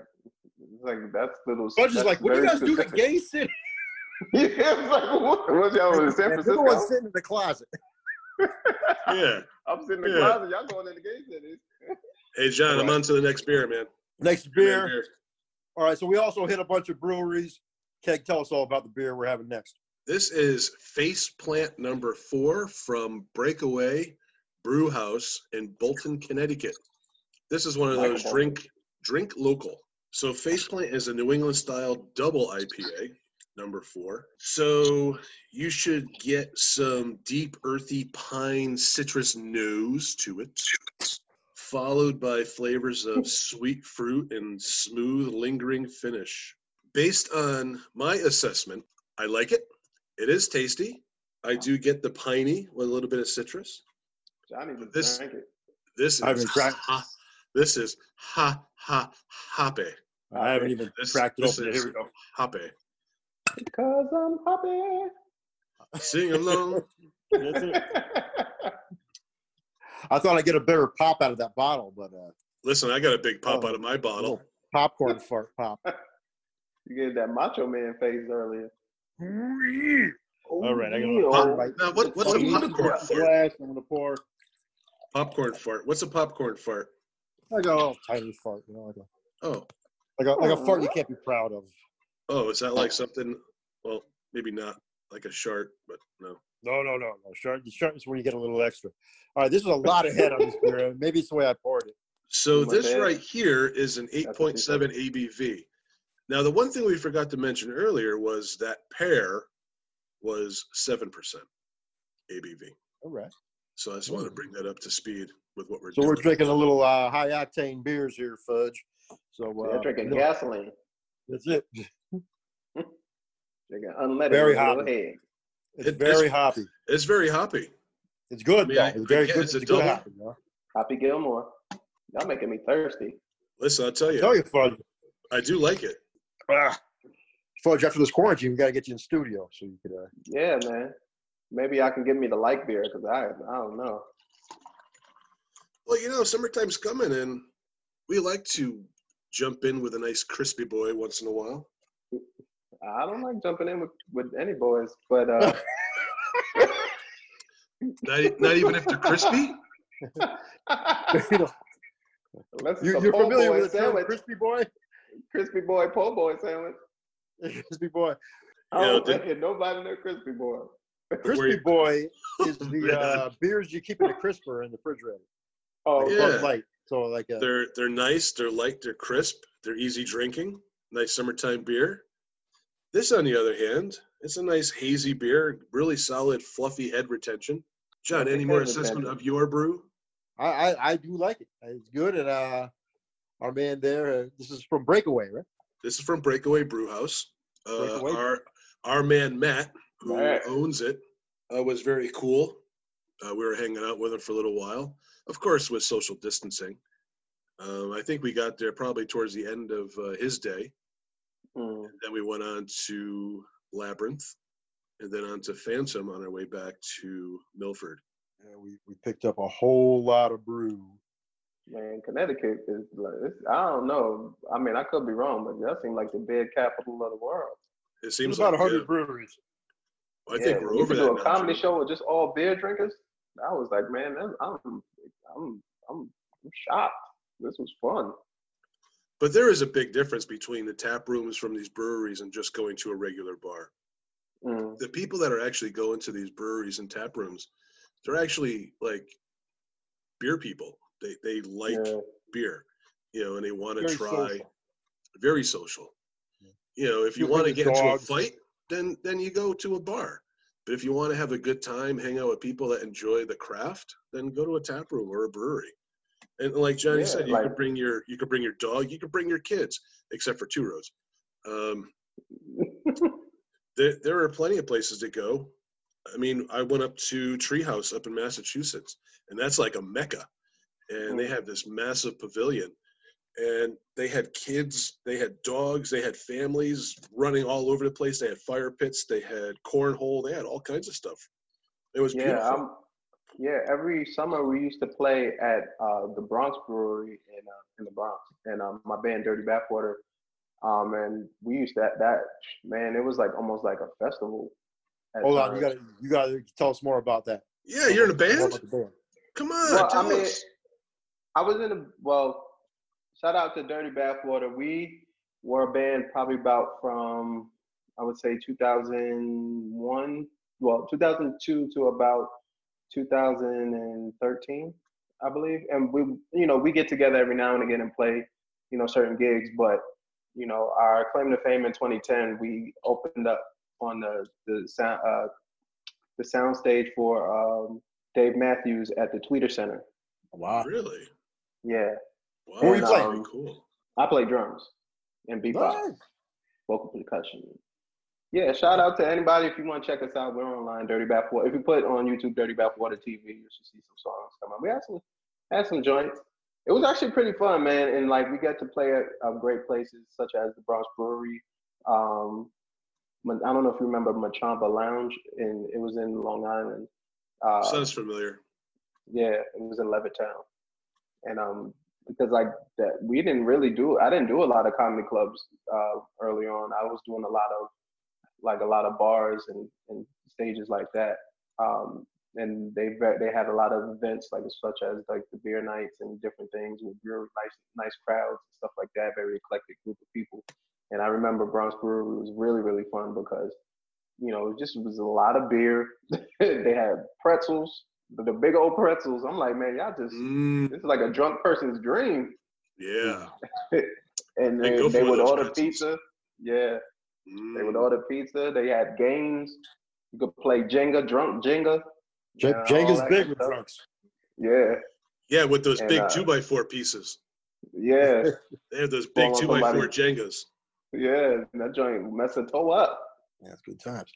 Speaker 4: it's like that's little.
Speaker 3: Fudge is
Speaker 4: that's
Speaker 3: like, "What do you guys
Speaker 4: very
Speaker 3: do to
Speaker 4: specific."
Speaker 3: gay city?"
Speaker 4: (laughs) yeah, I was like, what? What y'all
Speaker 3: (laughs)
Speaker 4: in San
Speaker 3: And they're the ones
Speaker 4: Francisco?
Speaker 3: sitting in the closet.
Speaker 2: Yeah.
Speaker 4: I'm sitting in
Speaker 2: Yeah.
Speaker 4: the closet. Y'all going in the gay cities?
Speaker 2: Hey, John, I'm on to the next beer, man.
Speaker 3: Next
Speaker 2: Come
Speaker 3: beer.
Speaker 2: here, beer.
Speaker 3: All right, so we also hit a bunch of breweries. Keg, tell us all about the beer we're having next.
Speaker 2: This is Face Plant number four from Breakaway Brew House in Bolton, Connecticut. This is one of
Speaker 4: Like
Speaker 2: those
Speaker 4: Bolton.
Speaker 2: drink drink local. So Face Plant is a New England style double IPA number four. So you should get some deep earthy pine citrus nose to it. Followed by flavors of sweet fruit and smooth lingering finish. Based on my assessment, I like it. It is tasty. I do get the piney with a little bit of citrus.
Speaker 4: Johnny just
Speaker 2: This-
Speaker 4: drank it.
Speaker 2: This
Speaker 3: I've
Speaker 2: is
Speaker 3: been trying-
Speaker 2: ha, this is ha ha hoppe
Speaker 3: I haven't even
Speaker 2: This-
Speaker 3: cracked it
Speaker 2: this
Speaker 3: open. yet.
Speaker 2: is-
Speaker 3: Here we go.
Speaker 2: hoppe.
Speaker 4: Because I'm happy.
Speaker 3: (laughs)
Speaker 2: Sing along.
Speaker 3: That's it. (laughs) I thought I'd get a better pop out of that bottle, but uh,
Speaker 2: Listen, I got a big pop
Speaker 3: Oh.
Speaker 2: out of my bottle.
Speaker 3: little popcorn fart pop.
Speaker 4: (laughs) you gave that macho man face earlier. Oh,
Speaker 3: All right, I got a
Speaker 4: Yeah.
Speaker 3: little
Speaker 2: Pop- now, what, what's
Speaker 3: Oh,
Speaker 2: a
Speaker 4: Please.
Speaker 2: popcorn fart?
Speaker 3: Glass, I'm gonna pour.
Speaker 2: Popcorn fart. What's a popcorn fart?
Speaker 3: I got a little tiny fart, you know, like a
Speaker 2: Oh,
Speaker 3: like a, like a fart you can't be proud of.
Speaker 2: oh, is that like something? Well, maybe not like a shark, but no.
Speaker 3: No, no, no, no. Sharp, the sharp is where you get a little extra. All right, this is a lot of head on this beer. Maybe it's the way I poured it.
Speaker 2: So
Speaker 4: Oh, my
Speaker 2: this
Speaker 4: bad.
Speaker 2: right here is an
Speaker 4: That's what she
Speaker 2: 8.7 ABV. Now the one thing we forgot to mention earlier was that pear was 7% ABV.
Speaker 3: All right.
Speaker 2: So I just want to bring that up to speed with what we're
Speaker 3: Hmm. So
Speaker 2: doing.
Speaker 3: we're drinking a little uh, high octane beers here, Fudge. So
Speaker 4: So
Speaker 3: uh,
Speaker 4: They're drinking
Speaker 3: no,
Speaker 4: gasoline.
Speaker 3: that's it.
Speaker 4: Drinking unleaded.
Speaker 3: Very
Speaker 4: with no
Speaker 3: hot.
Speaker 4: head.
Speaker 3: It's
Speaker 2: It-
Speaker 3: very
Speaker 2: it's-
Speaker 3: hoppy.
Speaker 2: it's very hoppy.
Speaker 3: It's good.
Speaker 2: I mean,
Speaker 3: though.
Speaker 2: I-
Speaker 3: it's very
Speaker 2: again,
Speaker 3: good.
Speaker 2: it's a
Speaker 3: good
Speaker 2: double.
Speaker 3: hoppy, though.
Speaker 4: Happy Gilmore. Y'all making me thirsty.
Speaker 2: Listen, I'll tell
Speaker 3: I
Speaker 2: you,
Speaker 3: tell you, Fudge.
Speaker 2: I do like it.
Speaker 3: Ah, Fudge, after this quarantine, we got to get you in studio so you could. Uh, (laughs)
Speaker 4: Yeah, man. Maybe y'all can give me the like beer because I I don't know.
Speaker 2: Well, you know, summertime's coming, and we like to jump in with a nice crispy boy once in a while.
Speaker 4: I don't like jumping in with, with any boys, but uh,
Speaker 2: Not, e- not even if
Speaker 3: (laughs)
Speaker 2: they're crispy.
Speaker 4: uh,
Speaker 3: you know,
Speaker 4: unless it's
Speaker 3: you,
Speaker 4: a
Speaker 3: you're
Speaker 4: po'
Speaker 3: familiar
Speaker 4: boy
Speaker 3: with the term
Speaker 4: sandwich,
Speaker 3: crispy boy? (laughs)
Speaker 4: crispy boy, po' boy sandwich.
Speaker 3: Crispy boy.
Speaker 4: I
Speaker 2: Yeah,
Speaker 4: don't
Speaker 2: the-
Speaker 4: think nobody know crispy boy.
Speaker 3: Crispy
Speaker 2: Wait.
Speaker 3: boy
Speaker 2: (laughs)
Speaker 3: is
Speaker 2: Man.
Speaker 3: the uh, beers you keep in the crisper in the
Speaker 2: (laughs)
Speaker 3: refrigerator.
Speaker 4: Oh,
Speaker 3: Like
Speaker 2: Yeah.
Speaker 3: Bud Light. So like uh, a,
Speaker 2: They're they're nice. They're light. They're crisp. They're easy drinking. Nice summertime beer. This, on the other hand, it's a nice hazy beer. Really solid, fluffy head retention. John, any more
Speaker 4: Head
Speaker 2: assessment
Speaker 4: retention.
Speaker 2: of your brew?
Speaker 3: I, I I do like it. It's good, and uh, our man there. Uh, this is from Breakaway, right?
Speaker 2: This is from Breakaway Brewhouse. Uh,
Speaker 3: Breakaway.
Speaker 2: our our man Matt, who
Speaker 4: Matt.
Speaker 2: owns it, uh, was very cool. Uh, we were hanging out with him for a little while, of course, with social distancing. Um, I think we got there probably towards the end of uh, his day.
Speaker 4: Hmm.
Speaker 2: Then we went on to Labyrinth, and then on to Phantom on our way back to Milford.
Speaker 3: Yeah, we we picked up a whole lot of brew.
Speaker 4: Man, Connecticut is like it's, I don't know. I mean, I could be wrong, but that seems like the big capital of the world.
Speaker 2: It
Speaker 3: It was
Speaker 2: seems
Speaker 3: about
Speaker 2: like
Speaker 3: hundred
Speaker 2: yeah,
Speaker 3: breweries.
Speaker 2: I think
Speaker 4: Yeah,
Speaker 2: we're
Speaker 4: you
Speaker 2: over
Speaker 4: could
Speaker 2: that.
Speaker 4: do
Speaker 2: now,
Speaker 4: a comedy
Speaker 2: Jim.
Speaker 4: show with just all beer drinkers. I was like, man, that's, I'm, I'm, I'm, I'm shocked. This was fun.
Speaker 2: But there is a big difference between the tap rooms from these breweries and just going to a regular bar.
Speaker 4: Mm.
Speaker 2: the people that are actually going to these breweries and tap rooms, they're actually like beer people. They they like
Speaker 4: yeah.
Speaker 2: beer, you know, and they want to
Speaker 3: Very
Speaker 2: try
Speaker 3: social.
Speaker 2: very social.
Speaker 3: Yeah.
Speaker 2: You know, if you
Speaker 3: You bring
Speaker 2: want to
Speaker 3: your
Speaker 2: get
Speaker 3: dogs.
Speaker 2: into a fight, then then you go to a bar. But if you want to have a good time, hang out with people that enjoy the craft, then go to a tap room or a brewery. And like Johnny
Speaker 4: Yeah,
Speaker 2: said, you
Speaker 4: like-
Speaker 2: could bring your you could bring your dog, you could bring your kids, except for two roads.
Speaker 3: (laughs)
Speaker 2: Um, there, there are plenty of places to go. I mean, I went up to Treehouse up in Massachusetts, and that's like a mecca. And
Speaker 4: Hmm.
Speaker 2: they have this massive pavilion, and they had kids, they had dogs, they had families running all over the place. They had fire pits, they had cornhole, they had all kinds of stuff. It was
Speaker 4: yeah,
Speaker 2: beautiful.
Speaker 4: um, yeah. Every summer we used to play at uh, the Bronx Brewery in uh, in the Bronx, and um, my band Dirty Backwater, um, and we used that that man. It was like almost like a festival. at
Speaker 3: Hold on, you got
Speaker 4: times.
Speaker 3: to you got to tell us more about that.
Speaker 2: yeah, you're in a
Speaker 3: More
Speaker 2: band.
Speaker 3: about the band.
Speaker 2: Come on,
Speaker 4: Well, I
Speaker 2: tell
Speaker 4: mean-
Speaker 2: us.
Speaker 4: I was in a well. Shout out to Dirty Bathwater. We were a band probably about from I would say 2001, well 2002 to about 2013, I believe. And we, you know, we get together every now and again and play, you know, certain gigs. But you know, our claim to fame in 2010, we opened up on the the sound uh, the soundstage for um, Dave Matthews at the Tweeter Center. uh,
Speaker 3: Wow.
Speaker 2: Really?
Speaker 4: Yeah.
Speaker 2: Wow,
Speaker 3: Who are you
Speaker 2: that's
Speaker 3: playing?
Speaker 2: very cool.
Speaker 4: I play drums and beatbox,
Speaker 3: Nice.
Speaker 4: vocal percussion. Yeah, shout out to anybody if you want to check us out. We're online, Dirty Bathwater. If you put on YouTube, Dirty Bathwater TV, you should see some songs come out. We had some, had some joints. It was actually pretty fun, man. And like we got to play at uh, great places such as the Bronx Brewery. Um, Ma- I don't know if you remember Machamba Lounge, and it was in Long Island. Uh,
Speaker 2: Sounds familiar.
Speaker 4: yeah, it was in Levittown, and um, because like that, we didn't really do. I didn't do a lot of comedy clubs uh, early on. I was doing a lot of like a lot of bars and, and stages like that. Um, and they ve- they had a lot of events like such as like the beer nights and different things with really nice nice crowds and stuff like that. Very eclectic group of people. And I remember Bronx Brewery was really really fun because you know it just was a lot of beer. (laughs) they had pretzels, the, the big old pretzels. I'm like, man, y'all just
Speaker 2: Mm,
Speaker 4: this is like a drunk person's dream.
Speaker 2: yeah.
Speaker 4: And
Speaker 2: Hey,
Speaker 4: they,
Speaker 2: go
Speaker 4: they
Speaker 2: for one
Speaker 4: would
Speaker 2: of those
Speaker 4: order
Speaker 2: pretzels.
Speaker 4: pizza. Yeah. Hmm. They would
Speaker 2: Mm.
Speaker 4: order pizza. They had games. You could play Jenga, drunk Jenga.
Speaker 3: Jake,
Speaker 4: Yeah,
Speaker 3: Jake
Speaker 4: all
Speaker 3: is
Speaker 4: that
Speaker 3: big
Speaker 4: good
Speaker 3: with
Speaker 4: stuff.
Speaker 3: trucks.
Speaker 4: Yeah,
Speaker 2: Yeah, with those
Speaker 4: And,
Speaker 2: big
Speaker 4: uh,
Speaker 2: two by four pieces.
Speaker 4: yeah,
Speaker 3: (laughs)
Speaker 2: They have those
Speaker 4: Well,
Speaker 2: big
Speaker 4: on
Speaker 2: two by four
Speaker 4: somebody-
Speaker 2: Jengas.
Speaker 4: yeah. That joint will mess a toe up.
Speaker 3: Yeah, it's good times.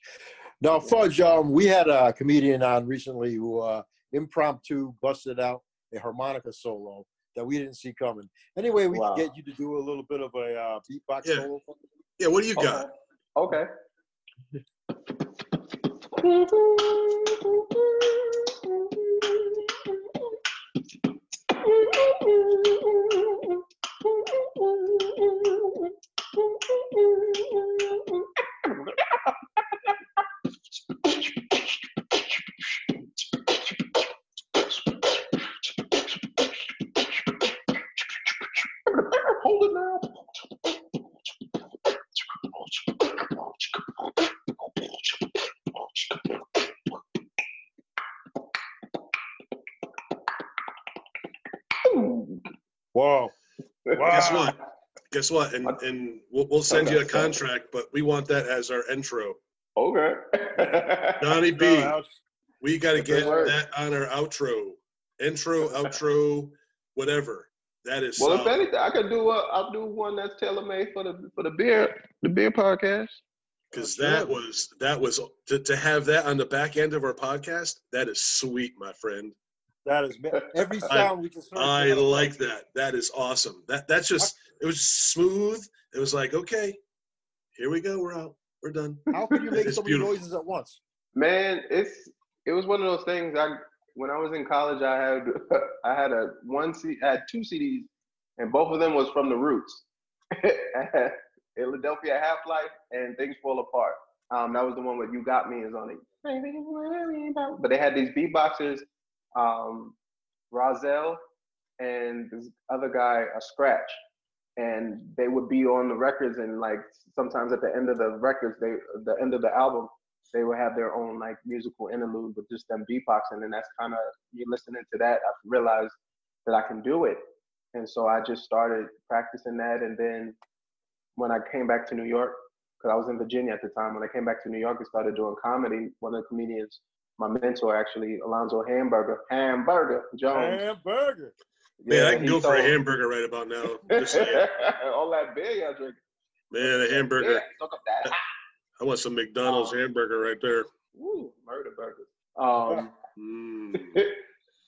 Speaker 3: Now, Fudge, um, we had a comedian on recently who uh, impromptu busted out a harmonica solo that we didn't see coming. Anyway, we
Speaker 4: Wow.
Speaker 3: could get you to do a little bit of a uh, beatbox
Speaker 2: Yeah.
Speaker 3: solo. for me.
Speaker 2: Yeah, what do
Speaker 4: Oh,
Speaker 2: you got?
Speaker 4: Okay. Hold it now.
Speaker 3: Whoa.
Speaker 2: Guess what? Guess what? And
Speaker 4: What?
Speaker 2: and we'll, we'll send
Speaker 4: Okay,
Speaker 2: you a
Speaker 4: sorry.
Speaker 2: contract, but we want that as our intro.
Speaker 4: (laughs) Okay.
Speaker 2: Donnie B,
Speaker 3: Ouch.
Speaker 2: we got to
Speaker 4: That's a
Speaker 2: get
Speaker 4: word.
Speaker 2: that on our outro, intro, outro, whatever. That is
Speaker 4: well, if
Speaker 2: solid.
Speaker 4: anything, I could do a, I'll do one that's tailor made for the for the beer the beer podcast.
Speaker 2: because
Speaker 3: Oh, sure.
Speaker 2: that was that was to, to have that on the back end of our podcast that is sweet my friend
Speaker 3: That is ma-
Speaker 2: (laughs)
Speaker 3: every
Speaker 4: I-
Speaker 3: sound we just heard.
Speaker 2: i
Speaker 3: came out of
Speaker 2: like
Speaker 3: Fudge.
Speaker 2: that that is awesome that that's just it was smooth it was like okay here we go we're out we're done
Speaker 3: How could you make
Speaker 2: It's
Speaker 3: so many
Speaker 2: beautiful.
Speaker 3: noises at once?
Speaker 4: Man, it's it was one of those things. I when I was in college, I had (laughs) I had a one C, I had two CDs, and both of them was from the Roots. (laughs) I had Philadelphia Half Life and Things Fall Apart. Um, that was the one where You Got Me is on it. Baby, worry about- But they had these beatboxers, um, Rozelle and this other guy, a Scratch, and they would be on the records. And like sometimes at the end of the records, they the end of the album, they would have their own like musical interlude with just them beatboxing and that's kind of you listening to that i realized that i can do it and so i just started practicing that and then when i came back to new york because i was in virginia at the time when i came back to new york and started doing comedy one of the comedians my mentor actually alonzo hamburger hamburger jones
Speaker 3: Hamburger.
Speaker 2: man i
Speaker 4: Yeah,
Speaker 2: can
Speaker 4: he
Speaker 2: go for a
Speaker 4: told-
Speaker 2: hamburger right about now Just saying.
Speaker 4: (laughs) all that beer y'all drink
Speaker 2: man a hamburger
Speaker 4: soak up that
Speaker 2: i want some mcdonald's
Speaker 4: Oh.
Speaker 2: hamburger right there
Speaker 4: Ooh, murder burger um (laughs)
Speaker 2: Mm.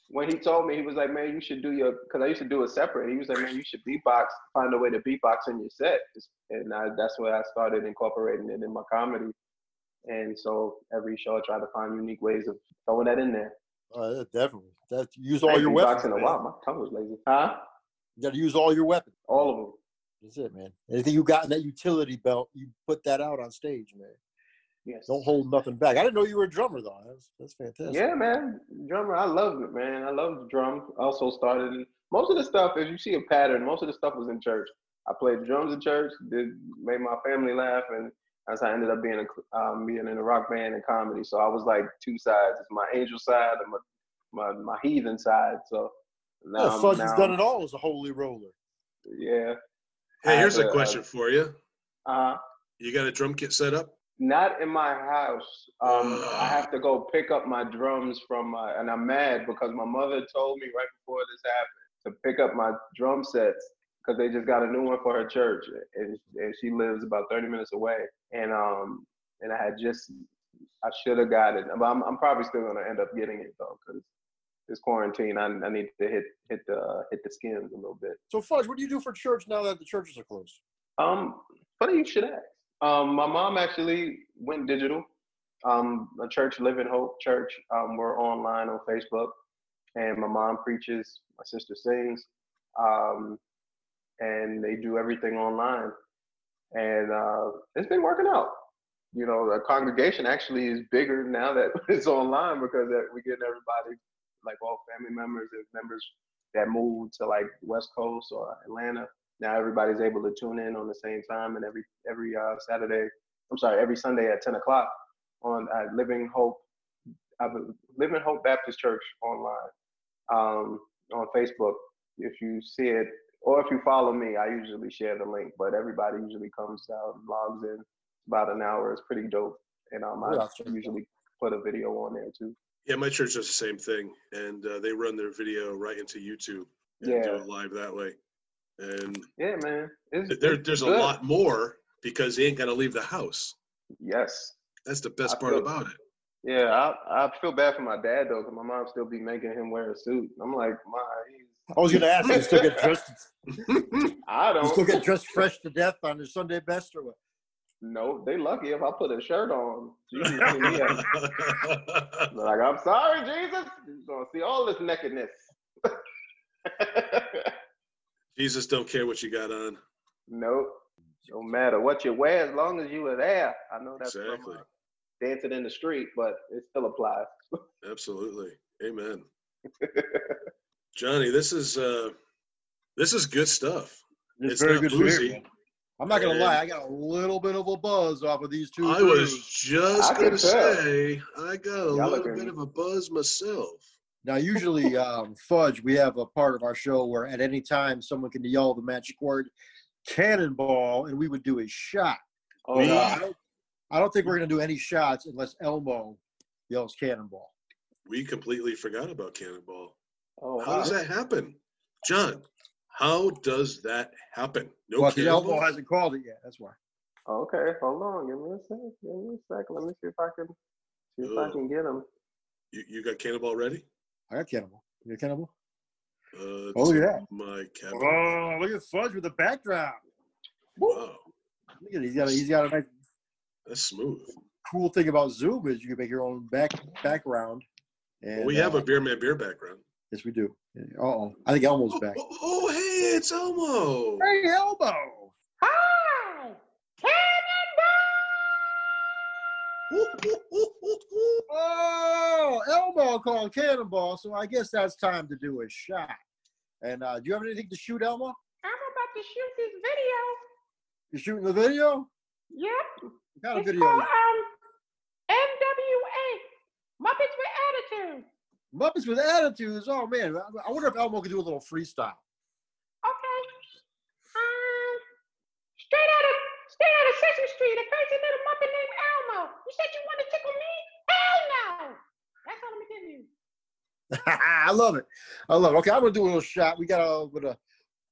Speaker 4: when he told me, he was like, "Man, you should do your," because I used to do it separate. He was like, "Man, you should beatbox. Find a way to beatbox in your set." Just- And I, that's where I started incorporating it in my comedy. And so every show, I try to find unique ways of throwing that in there.
Speaker 3: Uh, yeah, definitely. That use
Speaker 4: I
Speaker 3: all
Speaker 4: ain't
Speaker 3: your weapons.
Speaker 4: beatboxing in a
Speaker 3: man.
Speaker 4: while. My tongue was lazy. Huh?
Speaker 3: You got to use all your weapons.
Speaker 4: All of them.
Speaker 3: That's it, man. Anything you got in that utility belt, you put that out on stage, man.
Speaker 4: Yes.
Speaker 3: Don't hold nothing back. I didn't know you were a drummer though. That's, that's fantastic.
Speaker 4: Yeah, man. Drummer, I love it, man. I love the drum. Also started most of the stuff, as you see a pattern, most of the stuff was in church. I played drums in church, did made my family laugh, and that's how I ended up being a um, being in a rock band and comedy. So I was like two sides: it's my angel side and my my, my heathen side. So now,
Speaker 3: Yeah,
Speaker 4: I'm-
Speaker 3: Fudge
Speaker 4: now
Speaker 3: has
Speaker 4: I'm-
Speaker 3: done it all as a holy roller.
Speaker 4: Yeah,
Speaker 2: hey
Speaker 4: I
Speaker 2: here's
Speaker 4: have
Speaker 2: a
Speaker 4: a-
Speaker 2: question for you
Speaker 4: uh,
Speaker 2: you got a drum kit set up
Speaker 4: not in my house. Um, I have to go pick up my drums from my, and I'm mad because my mother told me right before this happened to pick up my drum sets because they just got a new one for her church, and, and she lives about 30 minutes away. And um, and I had just, I should have got it, but I'm, I'm probably still gonna end up getting it though because this quarantine, I, I need to hit hit the hit the skins a little bit.
Speaker 3: So Fudge, what do you do for church now that the churches are closed?
Speaker 4: Um, funny you should ask. Um, my mom actually went digital. Um, a church, Live in Hope Church. Um, we're online on Facebook, and my mom preaches. My sister sings, um, and they do everything online, and uh, it's been working out. You know, the congregation actually is bigger now that (laughs) it's online because that we're getting everybody, like all family members and members that moved to like West Coast or Atlanta now everybody's able to tune in on the same time and every every uh, Saturday. I'm sorry, every Sunday at 10 o'clock on uh, Living Hope, uh, Living Hope Baptist Church online um, on Facebook. If you see it or if you follow me, I usually share the link. But everybody usually comes out, and logs in about an hour. It's pretty dope, and um, I
Speaker 3: Yeah, I'll check it out.
Speaker 4: usually put a video on there too.
Speaker 2: Yeah, my church does the same thing, and uh, they run their video right into YouTube and do
Speaker 4: Yeah.
Speaker 2: it live that way. And
Speaker 4: Yeah, man. It's,
Speaker 2: th- there,
Speaker 4: it's
Speaker 2: there's a
Speaker 4: good.
Speaker 2: lot more because they ain't got to leave the house.
Speaker 4: Yes.
Speaker 2: That's the best
Speaker 4: I
Speaker 2: part
Speaker 4: feel-
Speaker 2: about it.
Speaker 4: Yeah, I, I feel bad for my dad though, 'cause my mom still be making him wear a suit. I'm like, my, he's,
Speaker 3: I was going to ask, you still get dressed?
Speaker 4: I
Speaker 2: (laughs)
Speaker 3: You
Speaker 4: don't.
Speaker 3: still
Speaker 4: (laughs)
Speaker 3: get dressed fresh to death on your Sunday best or what?
Speaker 4: no, they lucky if I put a shirt on.
Speaker 3: (laughs)
Speaker 4: Jesus, see me out. like, I'm sorry, Jesus. You're gonna see all this nakedness.
Speaker 2: (laughs)
Speaker 4: (laughs)
Speaker 2: Jesus don't care what you got on.
Speaker 4: nope. No matter what you wear, as long as you were there. I know that's from, uh,
Speaker 2: Exactly.
Speaker 4: dancing in the street, but it still applies.
Speaker 2: Absolutely. Amen.
Speaker 4: (laughs)
Speaker 2: Johnny, this is uh this is good stuff. It's not boozy.
Speaker 3: man. I'm not going to
Speaker 2: Yeah.
Speaker 3: lie. I got a little bit of a buzz off of these two.
Speaker 2: I was
Speaker 3: brews.
Speaker 2: just
Speaker 4: I can
Speaker 2: gonna
Speaker 4: tell.
Speaker 2: say I got a
Speaker 4: Y'all
Speaker 2: little
Speaker 4: looking-
Speaker 2: bit of a buzz myself.
Speaker 3: Now,
Speaker 2: (laughs)
Speaker 3: usually, um, Fudge, we have a part of our show where at any time someone can yell the magic word cannonball and we would do a shot.
Speaker 4: Oh,
Speaker 2: Me?
Speaker 3: Uh,
Speaker 4: God.
Speaker 3: I, don't, I don't think we're going to do any shots unless Elmo yells cannonball.
Speaker 2: We completely forgot about Cannonball.
Speaker 4: oh
Speaker 2: How does
Speaker 4: wow.
Speaker 2: that happen? John, how does that happen? No
Speaker 3: Well, 'cause Elmo
Speaker 2: Cannonball?
Speaker 3: hasn't called it yet. That's why.
Speaker 4: Okay, hold on. Give me a sec. Give me a sec. Let me see if I can see if I
Speaker 2: Ooh.
Speaker 4: can get him.
Speaker 2: You, you got Cannonball ready?
Speaker 3: I got cannonball. You got cannonball?
Speaker 2: Uh,
Speaker 3: Oh,
Speaker 2: to
Speaker 3: yeah.
Speaker 2: My cabinet.
Speaker 3: Oh, look at Fudge with the backdrop.
Speaker 2: Wow,
Speaker 3: Look at it. He's got a, he's got a nice,
Speaker 2: that's smooth.
Speaker 3: cool thing about Zoom is you can make your own back background. And,
Speaker 2: Well, we have
Speaker 3: uh,
Speaker 2: a beer man beer background.
Speaker 3: Yes, we do. Uh oh. I think Elmo's
Speaker 2: Oh,
Speaker 3: back.
Speaker 2: oh, oh, hey, it's Elmo.
Speaker 3: (laughs) Hey, Elmo.
Speaker 5: Hi!
Speaker 2: Ooh, ooh, ooh, ooh, ooh.
Speaker 3: Oh, Elmo called Cannonball, so I guess that's time to do a shot. And uh, do you have anything to shoot, Elmo?
Speaker 5: I'm about to shoot this video.
Speaker 3: You shooting the video?
Speaker 5: Yep.
Speaker 3: What kind of
Speaker 5: it's
Speaker 3: video?
Speaker 5: called
Speaker 3: is
Speaker 5: um, MWA, Muppets with Attitude.
Speaker 3: it? Muppets with attitudes. Oh man, I- I wonder if Elmo could do a little freestyle. (laughs)
Speaker 5: Okay. Um, straight out of straight out of Sesame Street, a crazy little Muppet named Elmo. You said you want to tickle me? Hell no! That's all I'm gonna give you.
Speaker 3: I love it. I love it. Okay, I'm gonna do a little shot. We got a with a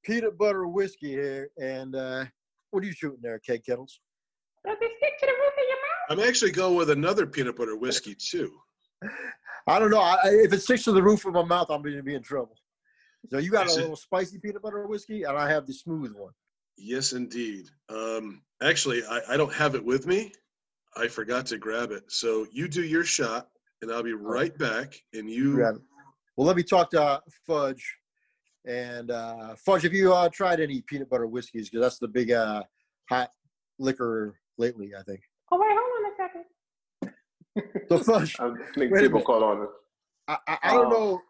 Speaker 3: peanut butter whiskey here, and uh, what are you shooting there, Keg Kettles?
Speaker 5: Does it stick to the roof of your mouth?
Speaker 2: I'm actually going with another peanut butter whiskey too.
Speaker 3: I don't know. I, I- if it sticks to the roof of my mouth, I'm gonna be in trouble. So you got a
Speaker 2: Is it-
Speaker 3: little spicy peanut butter whiskey, and I have the smooth one.
Speaker 2: Yes, indeed. Um, actually, I, I don't have it with me. I forgot to grab it. So you do your shot, and I'll be right back. And you,
Speaker 3: Grab it. Well, let me talk to uh, Fudge. And uh, Fudge, have you uh, tried any peanut butter whiskeys? Because that's the big uh, hot liquor lately, I think.
Speaker 5: Oh wait, hold on a second.
Speaker 3: So Fudge, (laughs)
Speaker 4: I think
Speaker 3: Wait a
Speaker 4: people
Speaker 3: minute.
Speaker 4: call on him.
Speaker 3: I, I, I don't
Speaker 4: Oh.
Speaker 3: know.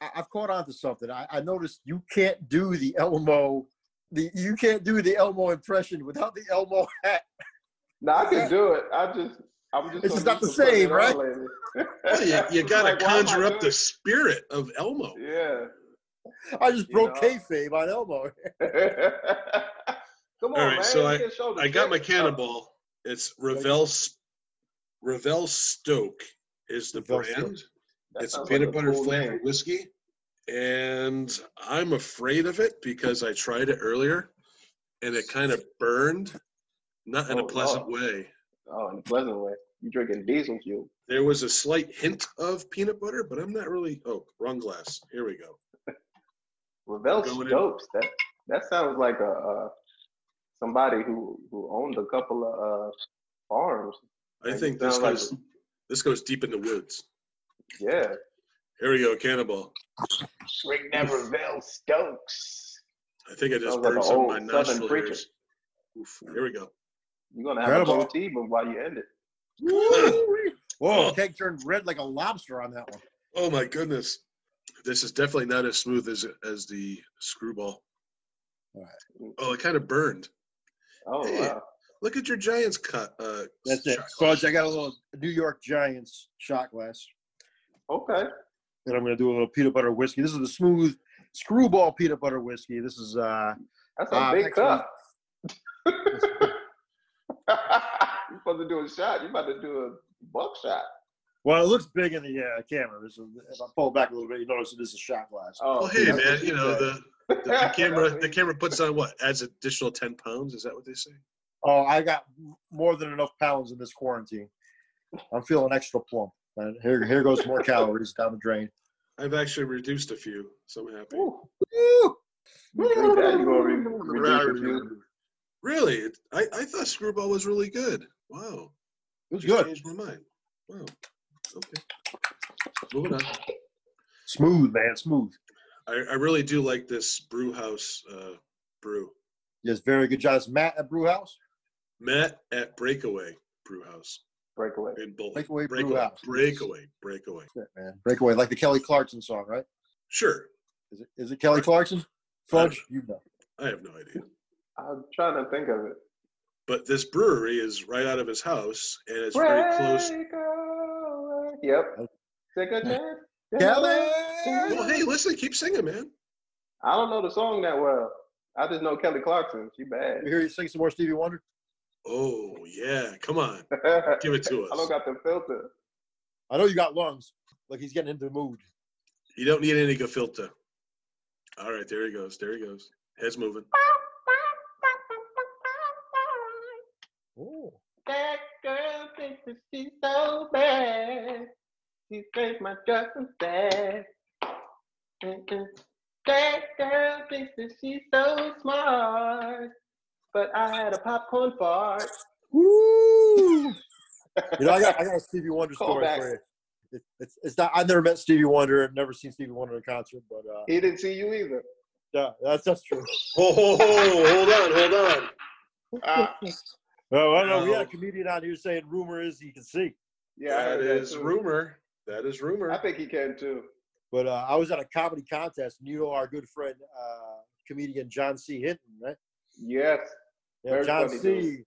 Speaker 3: I, I've caught on to something. I, I noticed you can't do the Elmo. The, you can't do the Elmo impression without the Elmo hat.
Speaker 4: No, I can do it. I just, I'm just.
Speaker 3: It's just
Speaker 4: so
Speaker 3: not the
Speaker 4: used to putting
Speaker 3: same,
Speaker 4: it on lately.
Speaker 2: you,
Speaker 4: (laughs)
Speaker 2: you got to
Speaker 4: Like, why am I
Speaker 2: conjure up
Speaker 4: doing-
Speaker 2: the spirit of Elmo.
Speaker 3: I just
Speaker 4: You know.
Speaker 3: broke kayfabe on Elmo.
Speaker 4: Yeah. (laughs) Come on,
Speaker 2: All right,
Speaker 4: man.
Speaker 2: so
Speaker 4: you can show the
Speaker 2: I got my
Speaker 4: trick.
Speaker 2: cannonball. It's Revel S- Revel Stoke is the
Speaker 3: Revel Stoke.
Speaker 2: brand.
Speaker 4: That
Speaker 2: It's a
Speaker 4: sounds
Speaker 2: peanut
Speaker 4: like a
Speaker 2: butter
Speaker 4: cool
Speaker 2: flavored
Speaker 4: name.
Speaker 2: whiskey, and I'm afraid of it because I tried it earlier, and it kind of burned, not in a
Speaker 4: Oh,
Speaker 2: pleasant
Speaker 4: Lord.
Speaker 2: way.
Speaker 4: Oh, in a pleasant way. You drinking diesel fuel?
Speaker 2: There was a slight hint of peanut butter, but I'm not really. Oh, wrong glass. Here we go.
Speaker 4: Revel
Speaker 2: Going in.
Speaker 4: Stokes. That that sounds like a uh, somebody who who owned a couple of uh, farms.
Speaker 2: I
Speaker 4: Like,
Speaker 2: think
Speaker 4: it
Speaker 2: this
Speaker 4: sounds like-
Speaker 2: goes this goes deep in the woods.
Speaker 4: Yeah.
Speaker 2: Here we go, cannonball.
Speaker 4: Drink that Revel Stokes.
Speaker 2: I think I just
Speaker 4: Sounds like
Speaker 2: burned
Speaker 4: an
Speaker 2: some of
Speaker 4: old
Speaker 2: my
Speaker 4: Southern
Speaker 2: nostril
Speaker 4: preacher.
Speaker 2: hairs. Oof, here we go.
Speaker 4: You're gonna have
Speaker 3: Incredible.
Speaker 4: a goatee, but while you end it,
Speaker 3: Whoa,
Speaker 2: (laughs) Oh.
Speaker 3: keg turned red like a lobster on that one.
Speaker 2: Oh my goodness. This is definitely not as smooth as as the screwball. Oh, it kind of burned.
Speaker 4: oh
Speaker 2: Hey.
Speaker 4: wow.
Speaker 2: Look at your Giants cut. Uh,
Speaker 3: That's it.
Speaker 2: shot glass.
Speaker 3: Fudge, I got a little New York Giants shot glass.
Speaker 4: Okay.
Speaker 3: and I'm going to do a little peanut butter whiskey. This is the smooth screwball peanut butter whiskey. This is uh,
Speaker 4: That's a
Speaker 3: Ah,
Speaker 4: big
Speaker 3: next one.
Speaker 4: cup.
Speaker 3: (laughs)
Speaker 4: you supposed to do a shot. You about to do a buckshot.
Speaker 3: Well, it looks big in the uh, camera. This is, if I pull back a little bit, you notice it is a shot glass.
Speaker 4: Oh,
Speaker 2: Well, hey,
Speaker 4: that's what
Speaker 2: man,
Speaker 4: she
Speaker 2: you know
Speaker 4: said.
Speaker 2: the, the, the camera.
Speaker 4: (laughs)
Speaker 2: The camera puts on what adds additional ten pounds. Is that what they say?
Speaker 3: Oh, I got m- more than enough pounds in this quarantine. I'm feeling extra plump. And here, here goes more calories down the drain.
Speaker 2: I've actually reduced a few, so I'm happy.
Speaker 4: Ooh,
Speaker 3: Woo!
Speaker 4: you drink that, you gonna re- reduce your view.
Speaker 2: Really? It- I, I thought Screwball was really good. Wow.
Speaker 3: It was good.
Speaker 2: Changed my mind. Wow. Okay. Moving on.
Speaker 3: Smooth, man. Smooth.
Speaker 2: I, I really do like this brew house uh, brew.
Speaker 3: Yes, very good job. It's Matt at Brew House.
Speaker 2: Matt at Breakaway Brew House
Speaker 4: breakaway.
Speaker 2: in Boulder.
Speaker 3: Breakaway Brew
Speaker 2: Breakaway.
Speaker 3: House.
Speaker 2: Breakaway. Breakaway.
Speaker 3: That's it, man. Breakaway, like the Kelly Clarkson song, right?
Speaker 2: Sure.
Speaker 3: Is it, is it Kelly Clarkson? Fudge, you know.
Speaker 2: I have no idea.
Speaker 4: I'm trying to think of it.
Speaker 2: But this brewery is right out of his house, and it's very close.
Speaker 4: Breakaway. Yep. Take a chance.
Speaker 3: Oh. Kelly!
Speaker 2: Well, hey, listen, keep singing, man.
Speaker 4: I don't know the song that well. I just know Kelly Clarkson. She bad. (laughs)
Speaker 3: You hear you sing some more Stevie Wonder?
Speaker 2: Oh, yeah. Come on.
Speaker 4: I
Speaker 2: Give it to
Speaker 4: don't
Speaker 2: us.
Speaker 4: got the filter.
Speaker 3: I know you got lungs. Like he's getting into the mood.
Speaker 2: You don't need any gefilte. All right, there he goes. There he goes. Head's moving.
Speaker 3: Oh.
Speaker 4: That girl thinks that she's so bad. She scraped my dress and said, "Mm-mm." That girl thinks that she's so smart. But I had a popcorn fart.
Speaker 3: (laughs) Woo! you know, I got I got a Stevie Wonder
Speaker 4: Call
Speaker 3: story
Speaker 4: back.
Speaker 3: for you. It, it's it's not. I've never met Stevie Wonder. I've never seen Stevie Wonder in concert, but uh,
Speaker 4: He didn't see you either.
Speaker 3: yeah, that's that's true.
Speaker 2: (laughs) Ho, ho, ho. Hold on, hold on.
Speaker 4: Ah,
Speaker 3: Oh, I know. We had a
Speaker 2: Wow.
Speaker 3: comedian out here saying rumor is he can see,
Speaker 4: yeah, I
Speaker 2: that
Speaker 4: heard
Speaker 2: is
Speaker 4: too.
Speaker 2: rumor. That is rumor. (laughs)
Speaker 4: I think he can too.
Speaker 3: but uh, I was at a comedy contest, and you know our good friend uh, comedian John C. Hinton, right?
Speaker 4: Yes.
Speaker 3: Yeah,
Speaker 4: Very
Speaker 3: John
Speaker 4: funny
Speaker 3: C.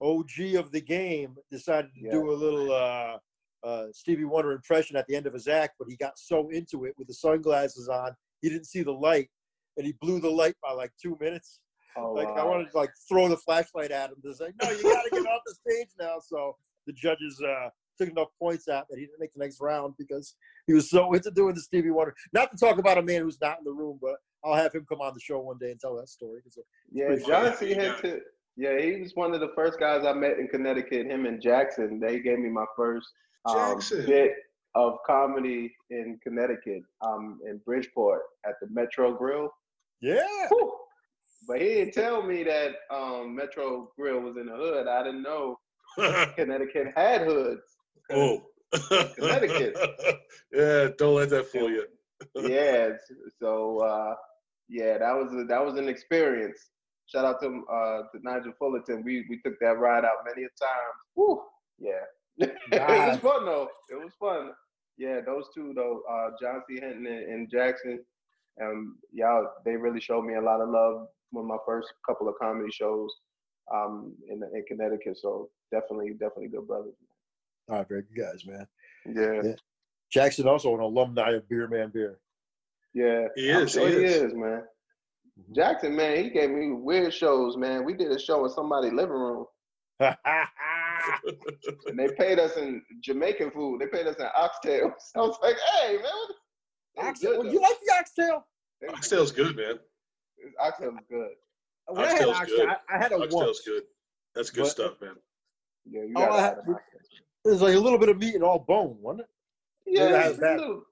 Speaker 3: OG of the game decided to do a little uh, uh, Stevie Wonder impression at the end of his act, but he got so into it with the sunglasses on, he didn't see the light, and he blew the light by like two minutes.
Speaker 4: Oh,
Speaker 3: Like I
Speaker 4: wow.
Speaker 3: wanted to like throw the flashlight at him to say, "No, you got to get off the stage now." So the judges uh, took enough points out that he didn't make the next round because he was so into doing the Stevie Wonder. Not to talk about a man who's not in the room, but I'll have him come on the show one day and tell that story. 'cause uh,
Speaker 4: Yeah,
Speaker 3: pretty
Speaker 4: John
Speaker 2: funny.
Speaker 4: C. Hinton. Yeah, he was one of the first guys I met in Connecticut. Him and Jackson, they gave me my first um,
Speaker 2: Jackson.
Speaker 4: bit of comedy in Connecticut, um, in Bridgeport at the Metro Grill.
Speaker 3: Yeah,
Speaker 4: Whew. But he didn't tell me that um, Metro Grill was in the hood. I didn't know Connecticut had hoods.
Speaker 2: oh.
Speaker 4: Connecticut.
Speaker 2: (laughs) yeah, don't let that fool you.
Speaker 4: yeah, so uh, yeah, that was a, that was an experience. Shout out to uh, to Nigel Fullerton. We we took that ride out many a time. Woo. Yeah. it was
Speaker 3: God.
Speaker 4: fun though. It was fun. Yeah, those two though, uh, John C. Hinton and, and Jackson, um, y'all, they really showed me a lot of love when my first couple of comedy shows, um, in in Connecticut. So definitely, definitely good brothers.
Speaker 3: all right, very good guys, man.
Speaker 4: Yeah,
Speaker 3: Yeah. Jackson also an alumni of Beer Man (laughs) Beer.
Speaker 4: yeah.
Speaker 2: He
Speaker 4: I'm
Speaker 2: is,
Speaker 4: sure
Speaker 2: he
Speaker 4: he
Speaker 2: is.
Speaker 4: is, man. Jackson, man, he gave me weird shows, man. We did a show in somebody's living room, and they paid us in Jamaican food. They paid us in oxtails. (laughs) I was like, hey, man, what the- It was
Speaker 3: Oxtail,
Speaker 4: good,
Speaker 3: you like the oxtail?
Speaker 4: though. It was-
Speaker 2: Oxtail's good, man.
Speaker 4: Oxtail was good.
Speaker 3: When I had
Speaker 2: Oxtail's
Speaker 3: oxtail,
Speaker 2: good.
Speaker 3: I, I had a one.
Speaker 2: Oxtail's good. That's good
Speaker 3: But-
Speaker 2: stuff, man.
Speaker 4: Yeah, you
Speaker 3: Oh,
Speaker 4: gotta
Speaker 3: I
Speaker 4: have
Speaker 3: had-
Speaker 4: an oxtail.
Speaker 3: It was like a little bit of meat and all bone, wasn't it? Maybe I
Speaker 4: Yeah,
Speaker 3: have
Speaker 4: it's
Speaker 3: that.
Speaker 4: little-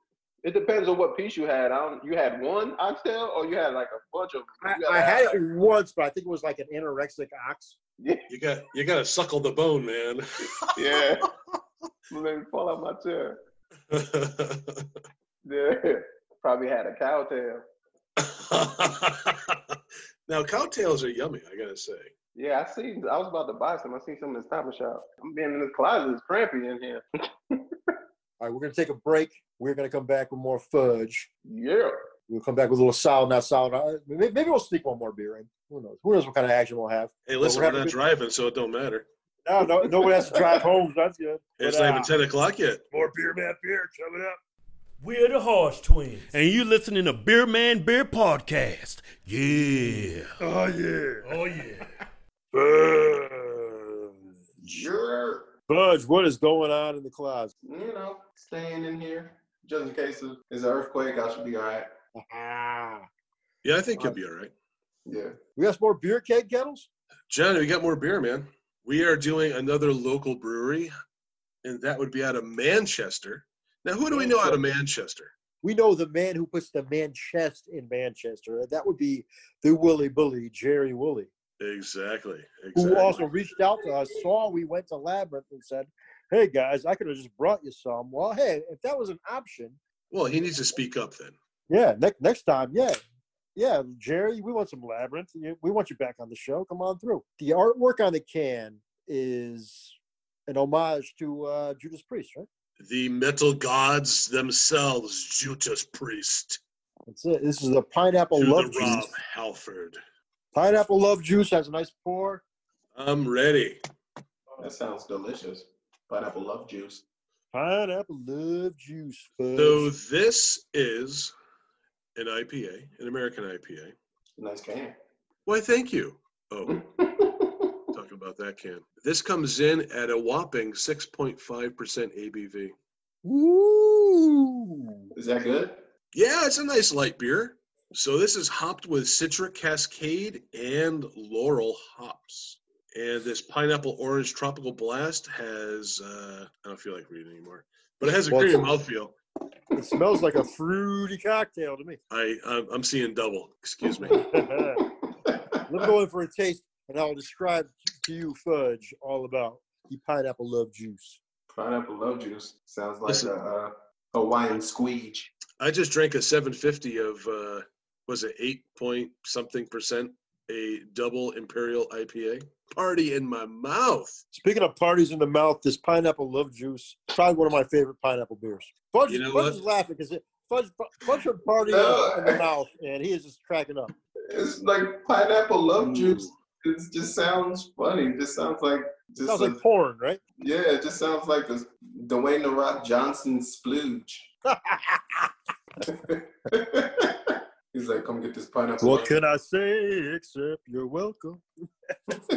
Speaker 4: it depends on what piece you had. I don't, you had one oxtail, or you had like a bunch of.
Speaker 3: I,
Speaker 4: you gotta
Speaker 3: I
Speaker 4: have,
Speaker 3: had
Speaker 4: like-
Speaker 3: it once, but I think it was like an anorexic ox.
Speaker 2: You got you gotta suckle the bone, man. (laughs)
Speaker 4: Yeah, yeah. (laughs) Let me fall out my chair. Yeah, (laughs) probably had a cow tail.
Speaker 2: now cowtails are yummy, I gotta say.
Speaker 4: Yeah, I seen. I was about to buy some. I seen some in the Stop and Shop. I'm being in this closet. It's crampy in here.
Speaker 3: All right, we're gonna take a break. We're gonna come back with more fudge.
Speaker 4: Yeah.
Speaker 3: We'll come back with a little sour, not sour. Uh, Maybe, maybe we'll sneak one more beer in. Who knows? Who knows what kind of action we'll have?
Speaker 2: Hey, listen,
Speaker 3: we're
Speaker 2: we're
Speaker 3: having
Speaker 2: not
Speaker 3: good-
Speaker 2: driving, so it don't matter.
Speaker 3: No, no, no one has to drive home. so That's good.
Speaker 2: It's
Speaker 3: But,
Speaker 2: not
Speaker 3: uh,
Speaker 2: even ten o'clock yet.
Speaker 3: More beer, man, beer coming up.
Speaker 7: We're the Horse Twins. And you listening to Beer Man Beer Podcast. Yeah.
Speaker 3: Oh yeah.
Speaker 7: Oh, yeah.
Speaker 3: Fudge.
Speaker 4: Sure.
Speaker 8: Budge, what is going on in the closet?
Speaker 4: You know, staying in here just in case of- there's an earthquake. I should be all right.
Speaker 2: Yeah, I think you'll be all right.
Speaker 4: Yeah.
Speaker 3: Ah. We got some more beer keg kettles?
Speaker 2: John, we got more beer, man. We are doing another local brewery, and that would be out of Manchester. Now, who do we know out of Manchester?
Speaker 3: We know the man who puts the man chest in Manchester. That would be the Willy Bully, Jerry Woolley,
Speaker 2: Exactly.
Speaker 3: who
Speaker 2: Exactly.
Speaker 3: also reached out to us, saw we went to Labyrinth, and said, Hey guys, I could have just brought you some. Well, hey, if that was an option,
Speaker 2: well, he needs to speak up then.
Speaker 3: yeah, next next time, yeah. Yeah, Jerry, we want some Labyrinth. You- We want you back on the show. Come on through. The artwork on the can is an homage to uh, Judas Priest, right?
Speaker 2: The metal gods themselves, Judas Priest,
Speaker 3: That's it. This is the pineapple
Speaker 2: to
Speaker 3: love
Speaker 2: the Rob
Speaker 3: juice.
Speaker 2: Halford.
Speaker 3: Pineapple love juice has a nice pour.
Speaker 2: I'm ready.
Speaker 4: That sounds delicious. Pineapple love juice.
Speaker 3: Pineapple love juice. Fudge.
Speaker 2: So this is an IPA, an American IPA.
Speaker 4: Nice can.
Speaker 2: Why, thank you. Oh, talking about that can. This comes in at a whopping 6.5% ABV.
Speaker 3: Ooh.
Speaker 4: (laughs) Is
Speaker 3: (laughs)
Speaker 4: that good?
Speaker 2: Yeah, it's a nice light beer. So this is hopped with Citra Cascade and Laurel hops. And this pineapple orange tropical blast has, uh, I don't feel like reading anymore, but it has a
Speaker 3: Well,
Speaker 2: creamy
Speaker 3: it's-
Speaker 2: mouthfeel.
Speaker 3: It smells like a fruity cocktail to me.
Speaker 2: I, I'm, I'm seeing double. Excuse me.
Speaker 3: I'm going for a taste, and I'll describe to you, Fudge, all about the pineapple love juice.
Speaker 4: Pineapple love juice sounds like
Speaker 2: Listen.
Speaker 4: a, uh Hawaiian squeege.
Speaker 2: I just drank a 750 of, uh, was it 8 point something percent, a double imperial IPA? Party in my mouth.
Speaker 3: Speaking of parties in the mouth, this pineapple love juice, probably one of my favorite pineapple beers. Fudge,
Speaker 2: You know
Speaker 3: Fudge
Speaker 2: what?
Speaker 3: is laughing because Fudge, Fudge had party
Speaker 4: No.
Speaker 3: in the mouth, and he is just cracking up.
Speaker 4: It's like pineapple love juice.
Speaker 2: Ooh.
Speaker 4: It just sounds funny. It just sounds like just
Speaker 3: Sounds
Speaker 4: a-
Speaker 3: like porn, right?
Speaker 4: yeah. It just sounds like the Dwayne the Rock Johnson splooge. (laughs) He's like, come get this pineapple.
Speaker 3: What
Speaker 2: Uh,
Speaker 4: love
Speaker 3: can I say except you're welcome?
Speaker 4: (laughs)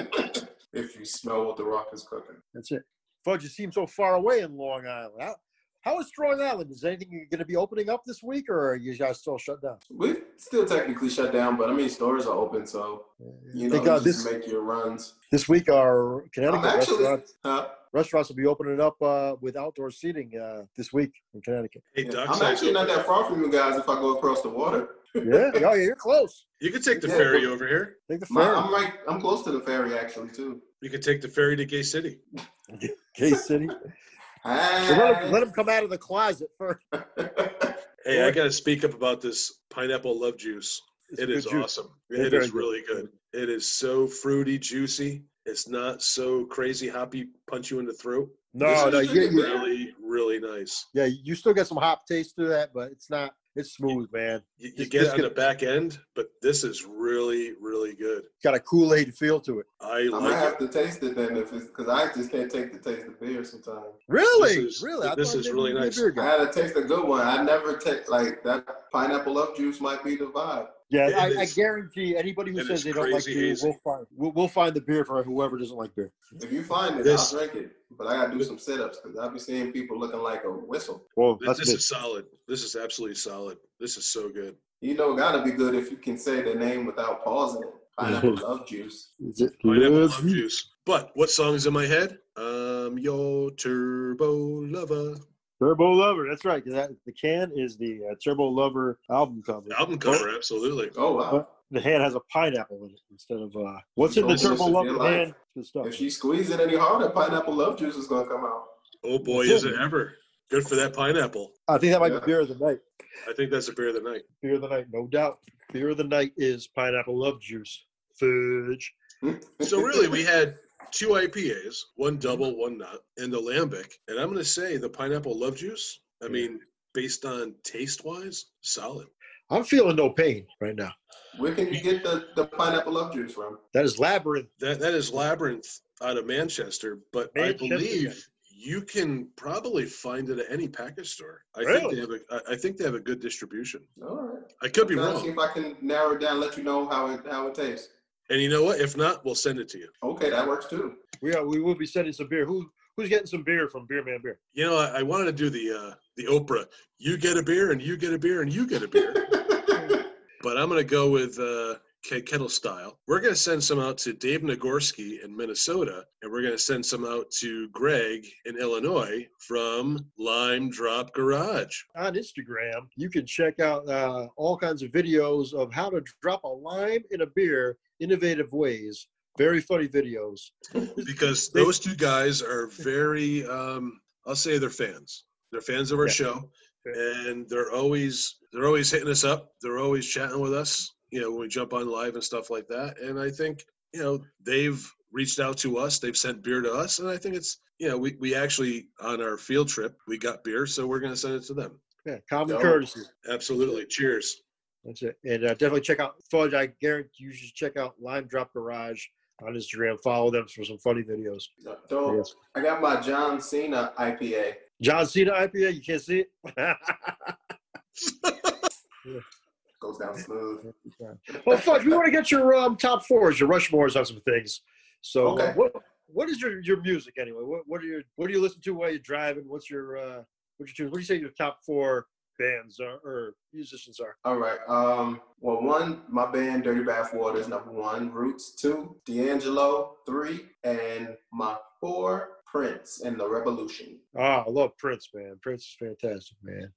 Speaker 4: if you smell what the rock is cooking.
Speaker 3: That's it. Fudge, you seem so far away in Long Island. How, how is Strong Island? Is anything you're going to be opening up this week, or are you guys still shut down?
Speaker 4: We're still technically shut down, but I mean stores are open, so you know
Speaker 3: Thank
Speaker 4: you
Speaker 3: God
Speaker 4: just
Speaker 3: this
Speaker 4: make your runs.
Speaker 3: this week our Connecticut
Speaker 4: I'm actually,
Speaker 3: restaurants,
Speaker 4: huh?
Speaker 3: restaurants will be opening up uh, with outdoor seating uh, this week in Connecticut.
Speaker 2: Hey,
Speaker 4: Yeah,
Speaker 2: Doc,
Speaker 4: I'm
Speaker 2: said-
Speaker 4: actually not that far from you guys if I go across the water.
Speaker 3: Yeah, oh, yeah, you're close.
Speaker 2: You could take the
Speaker 4: Yeah.
Speaker 2: ferry over here.
Speaker 3: Take the
Speaker 4: My,
Speaker 3: ferry,
Speaker 4: I'm right. I'm close to the ferry actually too.
Speaker 2: You could take the ferry to Gay City.
Speaker 3: K City.
Speaker 4: Hi.
Speaker 3: Let them, come out of the closet first. (laughs)
Speaker 4: (laughs)
Speaker 2: Hey, I
Speaker 3: Or-
Speaker 2: got to speak up about this pineapple love juice.
Speaker 3: It's
Speaker 2: It
Speaker 3: good
Speaker 2: is
Speaker 3: juice.
Speaker 2: awesome.
Speaker 3: It's
Speaker 2: It
Speaker 3: very
Speaker 2: is
Speaker 3: good.
Speaker 2: really good. It is so fruity, juicy. It's not so crazy hoppy, punch you in the throat.
Speaker 3: No,
Speaker 4: This
Speaker 3: no,
Speaker 4: is
Speaker 3: you,
Speaker 4: good,
Speaker 3: you-
Speaker 4: man.
Speaker 2: Really, really nice.
Speaker 3: yeah, you still got some hop taste to that, but it's not. It's smooth, man.
Speaker 2: You, you
Speaker 3: Just-
Speaker 2: get it
Speaker 3: just
Speaker 2: on
Speaker 3: get-
Speaker 2: the back end, but this is really, really good.
Speaker 3: It's got a Kool Aid feel to it.
Speaker 2: I
Speaker 4: I might
Speaker 2: like
Speaker 4: have
Speaker 2: it.
Speaker 4: to taste it then if it's because I just can't take the taste of beer sometimes.
Speaker 3: Really,
Speaker 2: is-
Speaker 3: really, I
Speaker 2: this
Speaker 3: thought
Speaker 2: is
Speaker 3: maybe
Speaker 2: really
Speaker 3: you'd be a
Speaker 2: nice.
Speaker 3: beer guy.
Speaker 4: I had to taste a good one. I never take like that pineapple love juice might be the vibe.
Speaker 3: Yeah,
Speaker 2: It
Speaker 3: I, I
Speaker 2: is-
Speaker 3: guarantee anybody who
Speaker 2: it
Speaker 3: says
Speaker 2: is
Speaker 3: they don't like
Speaker 2: crazy
Speaker 3: beer,
Speaker 2: hazy.
Speaker 3: we'll find, we'll, we'll find the beer for whoever doesn't like beer.
Speaker 4: If you find it,
Speaker 2: This-
Speaker 4: I'll drink it. But I gotta do some sit-ups because I'll be seeing people looking like a whistle.
Speaker 3: Well,
Speaker 2: This,
Speaker 3: that's
Speaker 2: this
Speaker 3: big.
Speaker 2: is solid. This is absolutely solid. This is so good.
Speaker 4: You know, it gotta be good if you can say the name without pausing it.
Speaker 2: (laughs)
Speaker 4: Pineapple love juice.
Speaker 3: Is it
Speaker 2: Pineapple
Speaker 3: Love
Speaker 2: love
Speaker 3: You?
Speaker 2: juice. But what song is in my head? Um, your turbo lover.
Speaker 3: Turbo Lover. That's right. 'cause That, the can is the uh, Turbo Lover album cover.
Speaker 2: Album cover, absolutely.
Speaker 4: Oh wow!
Speaker 3: The hand has a pineapple in it instead of uh, what's in the
Speaker 2: Almost
Speaker 3: Turbo
Speaker 4: if you
Speaker 3: Lover
Speaker 4: like.
Speaker 3: hand? Good stuff.
Speaker 4: If she squeezes it any harder, pineapple love juice is gonna come out.
Speaker 2: Oh boy,
Speaker 3: That's
Speaker 2: is
Speaker 3: it.
Speaker 2: it ever. Good for that pineapple.
Speaker 3: I think that might
Speaker 4: Yeah.
Speaker 3: be beer of the night.
Speaker 2: I think that's a beer of the night.
Speaker 3: Beer of the night, no doubt. Beer of the night is pineapple love juice. Fudge.
Speaker 2: So really
Speaker 4: (laughs)
Speaker 2: we had two IPAs, one double, one not, and the lambic. And I'm gonna say the pineapple love juice, I mean, based on taste wise, solid.
Speaker 3: I'm feeling no pain right now.
Speaker 4: Where can you get the, the pineapple love juice from?
Speaker 3: That is labyrinth.
Speaker 2: That that is Labyrinth out of Manchester, but
Speaker 3: Manchester,
Speaker 2: I believe you can probably find it at any package store. I think
Speaker 3: Really?
Speaker 2: they have a I- I think they have a good distribution.
Speaker 4: All right.
Speaker 2: I could be
Speaker 4: Trying to see
Speaker 2: wrong.
Speaker 4: if I can narrow it down, let you know how it how it tastes.
Speaker 2: And you know what? If not, we'll send it to you.
Speaker 4: Okay, that works too. (laughs)
Speaker 3: We are. We will be sending some beer. Who Who's getting some beer from Beer Man Beer?
Speaker 2: You know, I, I wanted to do the uh, the Oprah. You get a beer, and you get a beer, and you get a beer.
Speaker 3: (laughs)
Speaker 2: but I'm gonna go with uh, K- kettle style. We're gonna send some out to Dave Nagorski in Minnesota, and we're gonna send some out to Greg in Illinois from Lime Drop Garage.
Speaker 3: On Instagram, you can check out uh, all kinds of videos of how to drop a lime in a beer, innovative ways. Very funny videos.
Speaker 2: because those two guys are very um, i'll say they're fans they're fans of our
Speaker 3: Yeah.
Speaker 2: show and they're always they're always hitting us up they're always chatting with us you know when we jump on live and stuff like that and i think you know they've reached out to us they've sent beer to us and i think it's you know we, we actually on our field trip we got beer so we're going to send it to them
Speaker 3: Yeah, common
Speaker 2: No.
Speaker 3: courtesy.
Speaker 2: absolutely cheers
Speaker 3: That's it. And uh, definitely check out Fudge. I guarantee you should check out Lime Drop Garage on Instagram. Follow them for some funny videos.
Speaker 4: Dope.
Speaker 3: Yes.
Speaker 4: I got my John Cena IPA.
Speaker 3: John Cena IPA, you can't see it. (laughs)
Speaker 4: Goes down smooth.
Speaker 3: well, Fudge, we want to get your um, top fours, your Rushmores on some things. So, uh,
Speaker 4: Okay.
Speaker 3: what what is your, your music anyway? What what are your what do you listen to while you're driving? What's your uh, what's your what do you say your top four bands are, or musicians are?
Speaker 4: All right. Um, well, one, my band Dirty Bath Water is number one. Roots, two. D'Angelo, three. And my four, Prince and the Revolution.
Speaker 3: Ah, I love Prince, man. Prince is fantastic, man.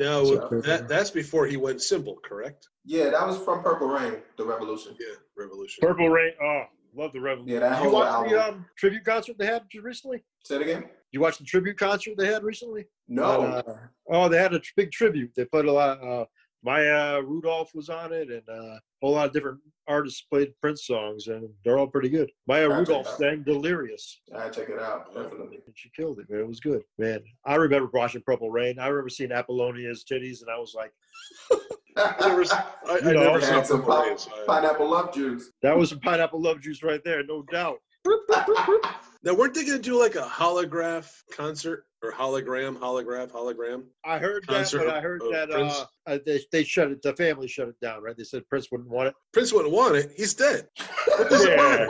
Speaker 2: now
Speaker 3: So-
Speaker 2: that, that's before he went simple correct
Speaker 4: Yeah, that was from Purple Rain, the Revolution.
Speaker 2: yeah revolution
Speaker 3: Purple Rain. Oh, love the Revolution.
Speaker 4: Yeah, that
Speaker 3: Did you
Speaker 4: whole
Speaker 3: watch the
Speaker 4: album.
Speaker 3: um, tribute concert they had just recently?
Speaker 4: Say it again?
Speaker 3: You watched the tribute concert they had recently?
Speaker 4: No.
Speaker 3: Uh, oh, they had a tr- big tribute. They played a lot. Uh, Maya Rudolph was on it, and uh, a whole lot of different artists played Prince songs, and they're all pretty good. Maya
Speaker 4: Gotcha.
Speaker 3: Rudolph sang "Delirious,"
Speaker 4: I check it out, definitely.
Speaker 3: and she killed it. Man, it was good. Man, I remember watching Purple Rain. I remember seeing Apollonia's titties, and I was like,
Speaker 2: never s- i, I
Speaker 3: You know,
Speaker 2: never saw
Speaker 4: that's a
Speaker 2: Purple
Speaker 4: pop-
Speaker 2: Rain, so I-
Speaker 4: (laughs) Pineapple love juice.
Speaker 3: "That was some pineapple love juice right there, no doubt."
Speaker 2: Now, weren't they going to do like a holograph concert or hologram, holograph, hologram?
Speaker 3: I heard
Speaker 2: Concert
Speaker 3: that, but I heard
Speaker 2: of
Speaker 3: that
Speaker 2: Prince?
Speaker 3: uh, uh, they they shut it. The family shut it down, right? They said Prince wouldn't want it.
Speaker 2: Prince wouldn't want it. He's dead.
Speaker 3: yeah.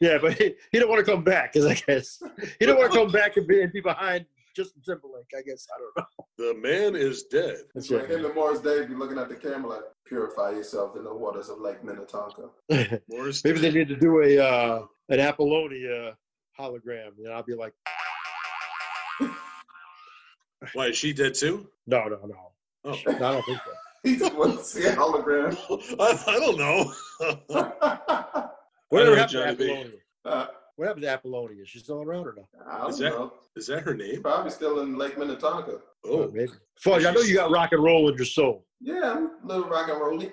Speaker 3: yeah, but he, he don't want to come back, is I guess. He don't want to come back and be, and be behind Justin Timberlake, I guess. I don't know.
Speaker 2: The man is dead.
Speaker 4: It's like him and Morris Day be looking at the camera like, purify yourself in the waters of Lake Minnetonka. (laughs)
Speaker 3: That's it.
Speaker 2: Morris
Speaker 3: (laughs) Maybe they need
Speaker 2: dead.
Speaker 3: to do a uh, an Apollonia hologram, and I'll be like,
Speaker 2: Why, is she dead too?
Speaker 3: no, no, no.
Speaker 2: Oh. (laughs)
Speaker 3: I don't think so.
Speaker 4: He just wants to see a hologram. (laughs)
Speaker 2: I, I don't know. (laughs)
Speaker 3: Whatever
Speaker 2: know
Speaker 3: happened to
Speaker 2: Johnny B.
Speaker 3: Apollonia?
Speaker 4: Uh,
Speaker 3: What happened to Apollonia? Is she still around or no?
Speaker 4: I don't
Speaker 2: Is that-
Speaker 4: know.
Speaker 2: is that her
Speaker 4: He's
Speaker 2: name?
Speaker 4: probably still in Lake Minnetonka.
Speaker 2: Oh,
Speaker 3: maybe. Fudge, I know you got rock and roll in your soul.
Speaker 4: Yeah, I'm a little rock and rolly.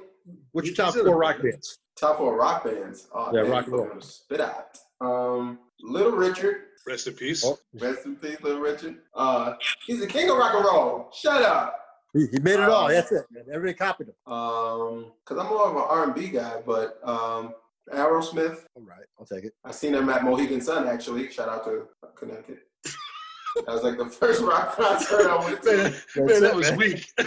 Speaker 3: What's your
Speaker 2: He's
Speaker 3: top
Speaker 2: in a
Speaker 3: four rock
Speaker 2: band.
Speaker 3: bands?
Speaker 4: Top four rock bands. Oh,
Speaker 3: Yeah,
Speaker 4: man,
Speaker 3: rock and
Speaker 4: you're
Speaker 3: roll.
Speaker 4: gonna Spit out. Um, Little Richard.
Speaker 2: rest in peace.
Speaker 3: Oh.
Speaker 4: Rest in peace, Little Richard. Uh, he's the king of rock and roll. Shut up.
Speaker 3: He, he made it
Speaker 2: Oh.
Speaker 3: all. That's it, man. Everybody copied him.
Speaker 4: Um, cause I'm more of an R&B guy, but um, Aerosmith.
Speaker 3: All right, I'll take it.
Speaker 4: I seen him at Mohegan Sun actually. Shout out to Connecticut. That was like the first rock concert I went
Speaker 2: Man,
Speaker 4: to.
Speaker 2: man, that
Speaker 3: it,
Speaker 2: was
Speaker 3: man.
Speaker 2: weak. (laughs)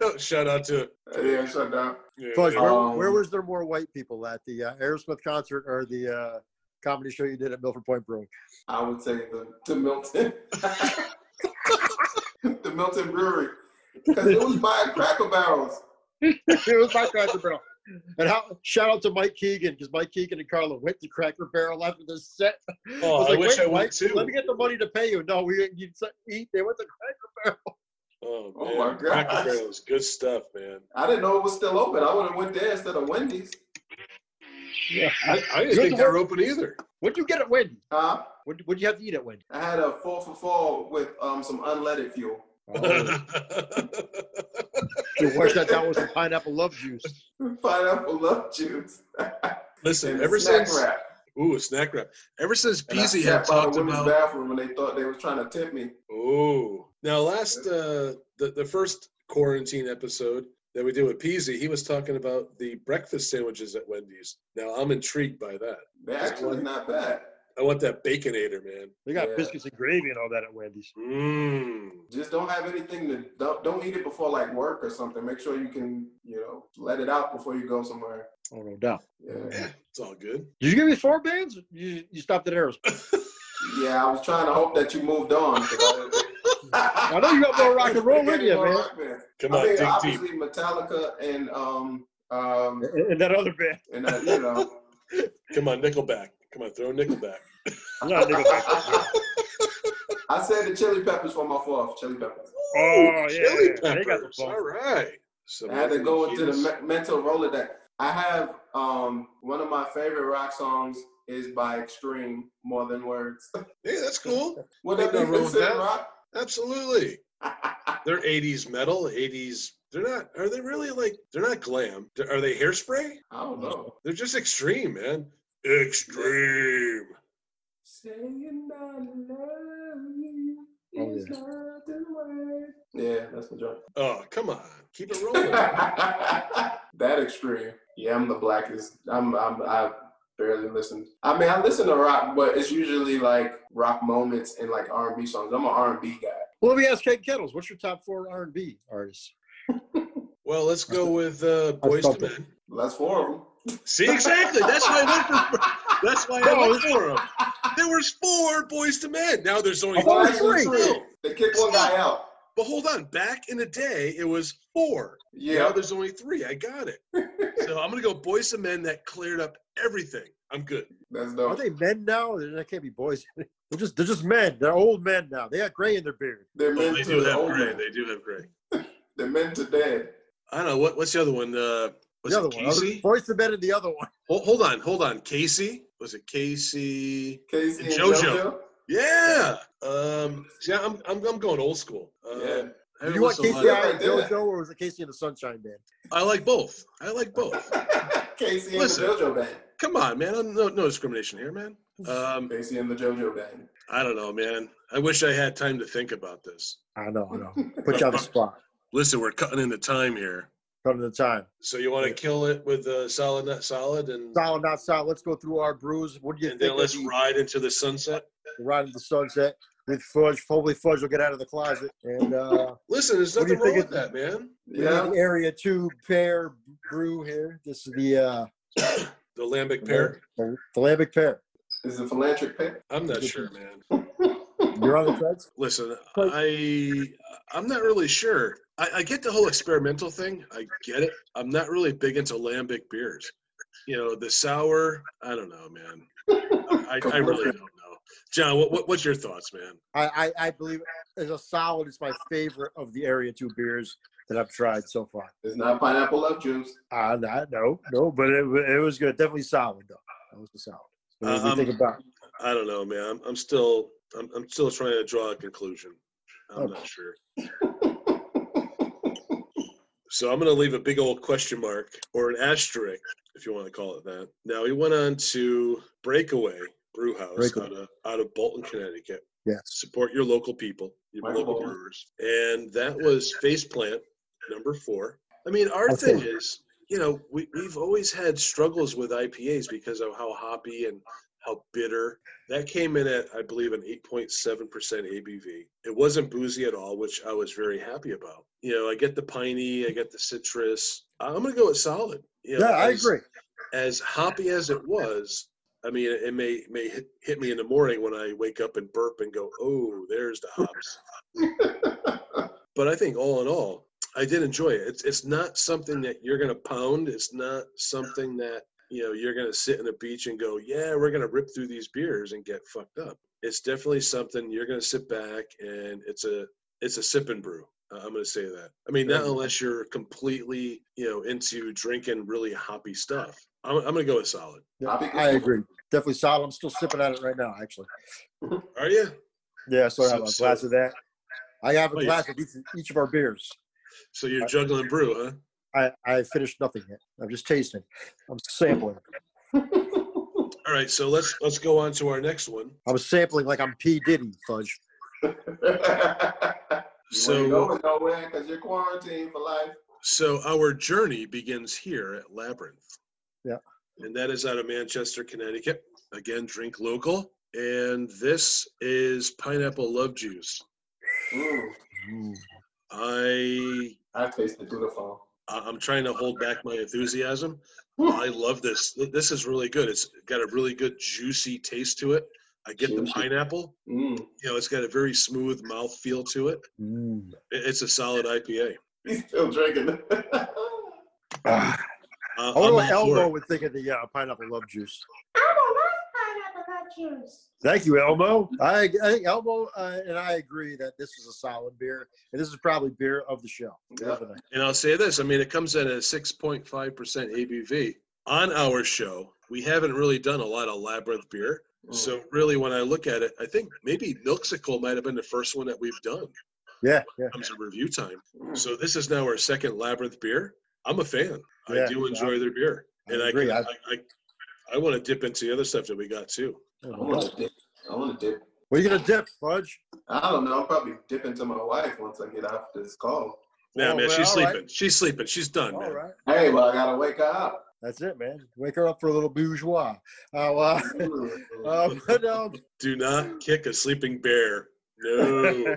Speaker 2: No, shout out to
Speaker 4: Yeah, shut down.
Speaker 2: yeah,
Speaker 3: Fudge,
Speaker 2: yeah.
Speaker 3: where,
Speaker 4: Um,
Speaker 3: where was there more white people at the uh, Aerosmith concert or the uh, comedy show you did at Milford Point Brewing?
Speaker 4: I would say the, the Milton, (laughs) the Milton Brewery, because it was by Cracker Barrels.
Speaker 3: (laughs) it was my Cracker Barrel. And how, shout out to Mike Keegan because Mike Keegan and Carla went to Cracker Barrel after the set. (laughs)
Speaker 2: Oh,
Speaker 3: was
Speaker 2: I wish I
Speaker 3: "Wait,
Speaker 2: went
Speaker 3: Mike,
Speaker 2: too."
Speaker 3: Let me get the money to pay you. No, we didn't get something to eat. They went to Cracker Barrel.
Speaker 2: Oh,
Speaker 4: Oh
Speaker 2: man.
Speaker 4: my gosh.
Speaker 2: Cracker Barrel is good stuff, man.
Speaker 4: I didn't know it was still open. I would have went there instead of Wendy's.
Speaker 2: I, I didn't
Speaker 3: Good
Speaker 2: think they were open either.
Speaker 3: (laughs) What'd you get at Wendy?
Speaker 4: Huh?
Speaker 3: What would you have to eat at
Speaker 4: (laughs)
Speaker 3: Wendy?
Speaker 4: I had a four for four with um, some unleaded fuel. (laughs)
Speaker 2: Oh.
Speaker 3: Oh. you wash that down with some pineapple love juice.
Speaker 4: Pineapple love juice. (laughs) and
Speaker 2: (laughs) Listen,
Speaker 4: a
Speaker 2: ever
Speaker 4: snack
Speaker 2: since
Speaker 4: wrap.
Speaker 2: Ooh, a snack wrap. Ever since
Speaker 4: And I
Speaker 2: PZ had
Speaker 4: sat by
Speaker 2: talked
Speaker 4: the women's
Speaker 2: about
Speaker 4: bathroom and they thought they was trying to tempt me.
Speaker 2: Oh. Now last uh the, the first quarantine episode that we did with Peasy, he was talking about the breakfast sandwiches at Wendy's. Now I'm intrigued by that.
Speaker 4: They're actually not bad.
Speaker 2: I want that baconator, man.
Speaker 3: They got
Speaker 4: Yeah.
Speaker 3: biscuits and gravy and all that at Wendy's.
Speaker 2: Mmm.
Speaker 4: Just don't have anything to don't, don't eat it before like work or something. Make sure you can you know let it out before you go somewhere.
Speaker 3: Oh no doubt.
Speaker 4: Yeah.
Speaker 2: It's all good.
Speaker 3: Did you give me four bands? You you stopped at Aerosmith.
Speaker 4: Yeah, I was trying to hope that you moved on. 'cause (laughs) I
Speaker 3: (laughs) I know you got more rock and roll
Speaker 4: couldn't
Speaker 3: with
Speaker 4: think
Speaker 3: you,
Speaker 4: of any
Speaker 3: man.
Speaker 4: more rock bands.
Speaker 2: Come
Speaker 4: I
Speaker 2: on,
Speaker 4: mean,
Speaker 2: dig deep.
Speaker 4: obviously Metallica and um um
Speaker 3: And and that other band.
Speaker 4: and uh, you know.
Speaker 2: Come on, Nickelback. Come on, throw Nickelback.
Speaker 9: No, nigga.
Speaker 3: (laughs)
Speaker 4: I said the Chili Peppers for my fourth. Chili Peppers.
Speaker 9: Oh,
Speaker 2: Ooh,
Speaker 9: yeah,
Speaker 2: Chili
Speaker 9: they got the
Speaker 2: Peppers.
Speaker 9: funk.
Speaker 2: All right.
Speaker 4: I had to go into the
Speaker 2: Samaritans.
Speaker 4: me- mental rolodex. I have um one of my favorite rock songs is by Extreme, More Than Words. (laughs)
Speaker 2: Yeah, that's cool.
Speaker 4: Would
Speaker 2: Ain't
Speaker 4: that be
Speaker 2: nothing wrong with
Speaker 4: considered
Speaker 2: that.
Speaker 4: rock? (laughs)
Speaker 2: Absolutely. They're 80s metal, 80s. They're not, are they really like, they're not glam. They're- Are they hairspray?
Speaker 4: I don't know.
Speaker 2: They're just extreme, man. Extreme.
Speaker 4: Saying I love you
Speaker 3: Oh,
Speaker 4: is more than words. Yeah, that's the joke.
Speaker 2: Oh, come on. Keep it rolling.
Speaker 4: (laughs) that extreme. Yeah, I'm the blackest. I'm, I'm I barely listen. I mean, I listen to rock, but it's usually like rock moments and like R&B songs. I'm an R&B guy.
Speaker 3: Well, let me ask Kate Kettles. What's your top four R&B artists?
Speaker 2: well, let's go with uh, Boys
Speaker 3: thought
Speaker 2: to Men.
Speaker 4: That's for them.
Speaker 2: See, exactly. That's why I went for, that's why I went for 'em. There was four Boys to Men. Now there's only
Speaker 3: I thought it was
Speaker 4: actually,
Speaker 3: three.
Speaker 4: three. (laughs) They kicked one guy out.
Speaker 2: But hold on, back in the day it was four. Now
Speaker 4: Yeah,
Speaker 2: there's only three. I got it. so I'm gonna go boys and men. That cleared up everything. I'm good.
Speaker 4: (laughs) that's
Speaker 3: Are
Speaker 4: dope.
Speaker 3: they men now? They they can't be boys. (laughs) They're just they're just men. They're old men now. They got gray in their beard.
Speaker 4: They're
Speaker 2: Well,
Speaker 4: meant
Speaker 2: they
Speaker 4: to
Speaker 2: do
Speaker 4: the
Speaker 2: have
Speaker 4: old
Speaker 2: gray.
Speaker 4: man.
Speaker 2: They do have gray.
Speaker 4: They're meant to dead.
Speaker 2: I don't know what. What's the other one? Uh, was
Speaker 3: the other
Speaker 2: it
Speaker 3: one. Other,
Speaker 2: Casey?
Speaker 3: boys to men and the other one.
Speaker 2: Hold, hold on, hold on. Casey was it Casey?
Speaker 4: Casey and
Speaker 2: And
Speaker 4: JoJo.
Speaker 2: JoJo. Yeah. Um. See, I'm I'm, I'm going old school. Uh,
Speaker 4: Yeah. (laughs)
Speaker 3: Do
Speaker 2: I haven't
Speaker 3: you want
Speaker 2: listened
Speaker 3: Casey
Speaker 2: to a
Speaker 3: and
Speaker 2: lot of-
Speaker 4: Keith- Yeah, I did.
Speaker 3: JoJo or was it Casey and the Sunshine Band?
Speaker 2: I like both. I like both.
Speaker 4: Casey and
Speaker 2: Listen.
Speaker 4: the JoJo band.
Speaker 2: Come on, man. I'm, no no discrimination here, man. Um.
Speaker 4: Casey and the JoJo band.
Speaker 2: I don't know, man. I wish I had time to think about this.
Speaker 3: I know, I know. (laughs) Put you on the spot.
Speaker 2: Listen, we're cutting into time here.
Speaker 3: Come to the time.
Speaker 2: So you want to kill it with uh, solid, not solid, and,
Speaker 3: Solid, not solid. Let's go through our brews. What do you think?
Speaker 2: and then
Speaker 3: of
Speaker 2: let's
Speaker 3: the-
Speaker 2: ride into the sunset.
Speaker 3: Ride of the Sunset with Fudge. Hopefully, Fudge will get out of the closet. And uh,
Speaker 2: Listen, there's
Speaker 3: What do you
Speaker 2: nothing
Speaker 3: think
Speaker 2: wrong with
Speaker 3: of
Speaker 2: that, man.
Speaker 3: we
Speaker 4: Yeah.
Speaker 3: have the Area 2 pair brew here. This is the uh,
Speaker 2: The lambic pear.
Speaker 3: the Lambic pair.
Speaker 4: Is it philanthropic pick?
Speaker 2: I'm not sure, man.
Speaker 3: You're (laughs) on the fence?
Speaker 2: Listen, I I'm not really sure. I, I get the whole experimental thing. I get it. I'm not really big into lambic beers. You know, the sour. I don't know, man. I, I really don't know. John, what, what what's your thoughts, man?
Speaker 3: I, I, I believe as a solid, it's my favorite of the Area 2 beers that I've tried so far.
Speaker 4: It's not pineapple love juice. (laughs)
Speaker 3: Uh, not, no, no, but it, wa- it was good. Definitely solid, though. That was the solid. What do you
Speaker 2: Um,
Speaker 3: think about it?
Speaker 2: I don't know, man. I'm, I'm still I'm, I'm still trying to draw a conclusion.
Speaker 3: Oh.
Speaker 2: I'm not sure. so I'm gonna leave a big old question mark or an asterisk, if you want to call it that. Now he went on to Breakaway Brew House
Speaker 3: Breakaway.
Speaker 2: out of out of Bolton, Connecticut.
Speaker 3: Yes.
Speaker 2: Support your local people, your
Speaker 4: Michael
Speaker 2: local
Speaker 4: Bolton.
Speaker 2: brewers, and that was Faceplant number four. I mean, our
Speaker 3: That's
Speaker 2: thing is, you know, we, we've always had struggles with IPAs because of how hoppy and how bitter. That came in at, I believe, an 8.7% ABV. It wasn't boozy at all, which I was very happy about. You know, I get the piney, I get the citrus. I'm going to go with solid. You know,
Speaker 3: Yeah, I
Speaker 2: as-
Speaker 3: agree.
Speaker 2: as hoppy as it was, I mean, it may may hit, hit me in the morning when I wake up and burp and go, "Oh, there's the hops." but I think all in all, I did enjoy it. It's it's not something that you're gonna pound. It's not something that you know you're gonna sit in a beach and go, "Yeah, we're gonna rip through these beers and get fucked up." It's definitely something you're gonna sit back and it's a it's a sip and brew. Uh, I'm gonna say that. I mean, not unless you're completely you know into drinking really hoppy stuff. I'm, I'm gonna go with solid.
Speaker 3: Yeah,
Speaker 4: Bobby?
Speaker 3: I agree. Definitely solid. I'm still sipping on it right now, actually.
Speaker 2: Are you?
Speaker 3: Yeah, so I
Speaker 2: So-
Speaker 3: have a
Speaker 2: so-
Speaker 3: glass of that. I have a
Speaker 2: Oh, yeah.
Speaker 3: glass of each, each of our beers.
Speaker 2: So you're juggling brew, huh?
Speaker 3: I, I finished nothing yet. I'm just tasting. I'm sampling.
Speaker 2: All right. So let's let's go on to our next one.
Speaker 3: I'm sampling like I'm P Diddy fudge.
Speaker 4: you ain't
Speaker 2: So
Speaker 4: going nowhere because you're quarantined for life.
Speaker 2: so our journey begins here at Labyrinth.
Speaker 3: Yeah.
Speaker 2: And that is out of Manchester, Connecticut. Again, drink local. And this is pineapple love juice.
Speaker 4: Mm,
Speaker 2: I
Speaker 4: I tasted through the phone.
Speaker 2: I- I'm trying to hold back my enthusiasm. I love this. Th- This is really good. It's got a really good juicy taste to it. I get the
Speaker 4: Juicy.
Speaker 2: pineapple.
Speaker 4: Mm.
Speaker 2: You know, it's got a very smooth mouth feel to it.
Speaker 3: Mm.
Speaker 2: It- It's a solid IPA.
Speaker 4: He's still drinking. (laughs)
Speaker 3: Ah,
Speaker 2: Uh,
Speaker 3: I wonder
Speaker 2: I'm
Speaker 3: what
Speaker 2: all for
Speaker 3: Elmo
Speaker 2: it.
Speaker 3: would think of the uh, pineapple love juice.
Speaker 5: I want my pineapple love juice.
Speaker 3: Thank you, Elmo. I, I think Elmo uh, and I agree that this is a solid beer, and this is probably beer of the show. Beer of the night.
Speaker 2: And I'll say this: I mean, it comes in at 6.5% ABV. On our show, we haven't really done a lot of labyrinth beer.
Speaker 3: Mm.
Speaker 2: So really, when I look at it, I think maybe Milksicle might have been the first one that we've done.
Speaker 3: Yeah, yeah.
Speaker 2: comes to review time.
Speaker 3: Mm.
Speaker 2: So this is now our second Labyrinth beer. I'm a fan. I
Speaker 3: Yeah,
Speaker 2: do enjoy their beer,
Speaker 3: I
Speaker 2: and I
Speaker 3: agree.
Speaker 2: can-
Speaker 3: I-
Speaker 2: I, I, I want to dip into the other stuff that we got too.
Speaker 4: I want to dip. I want to dip.
Speaker 3: What are you gonna dip, Fudge?
Speaker 4: I don't know. I'll probably dip into my wife once I get off this call.
Speaker 2: Yeah,
Speaker 3: Oh,
Speaker 2: man,
Speaker 3: well,
Speaker 2: she's
Speaker 3: all
Speaker 2: sleeping.
Speaker 3: right.
Speaker 2: She's sleeping. She's done,
Speaker 3: All
Speaker 2: man.
Speaker 3: right,
Speaker 4: Hey, well, I gotta wake her up.
Speaker 3: that's it, man. Wake her up for a little bourgeois. Uh, uh, (laughs)
Speaker 4: (laughs) Mm.
Speaker 3: (laughs) uh, but um,
Speaker 2: Do not kick a sleeping bear.
Speaker 3: (laughs)
Speaker 2: No,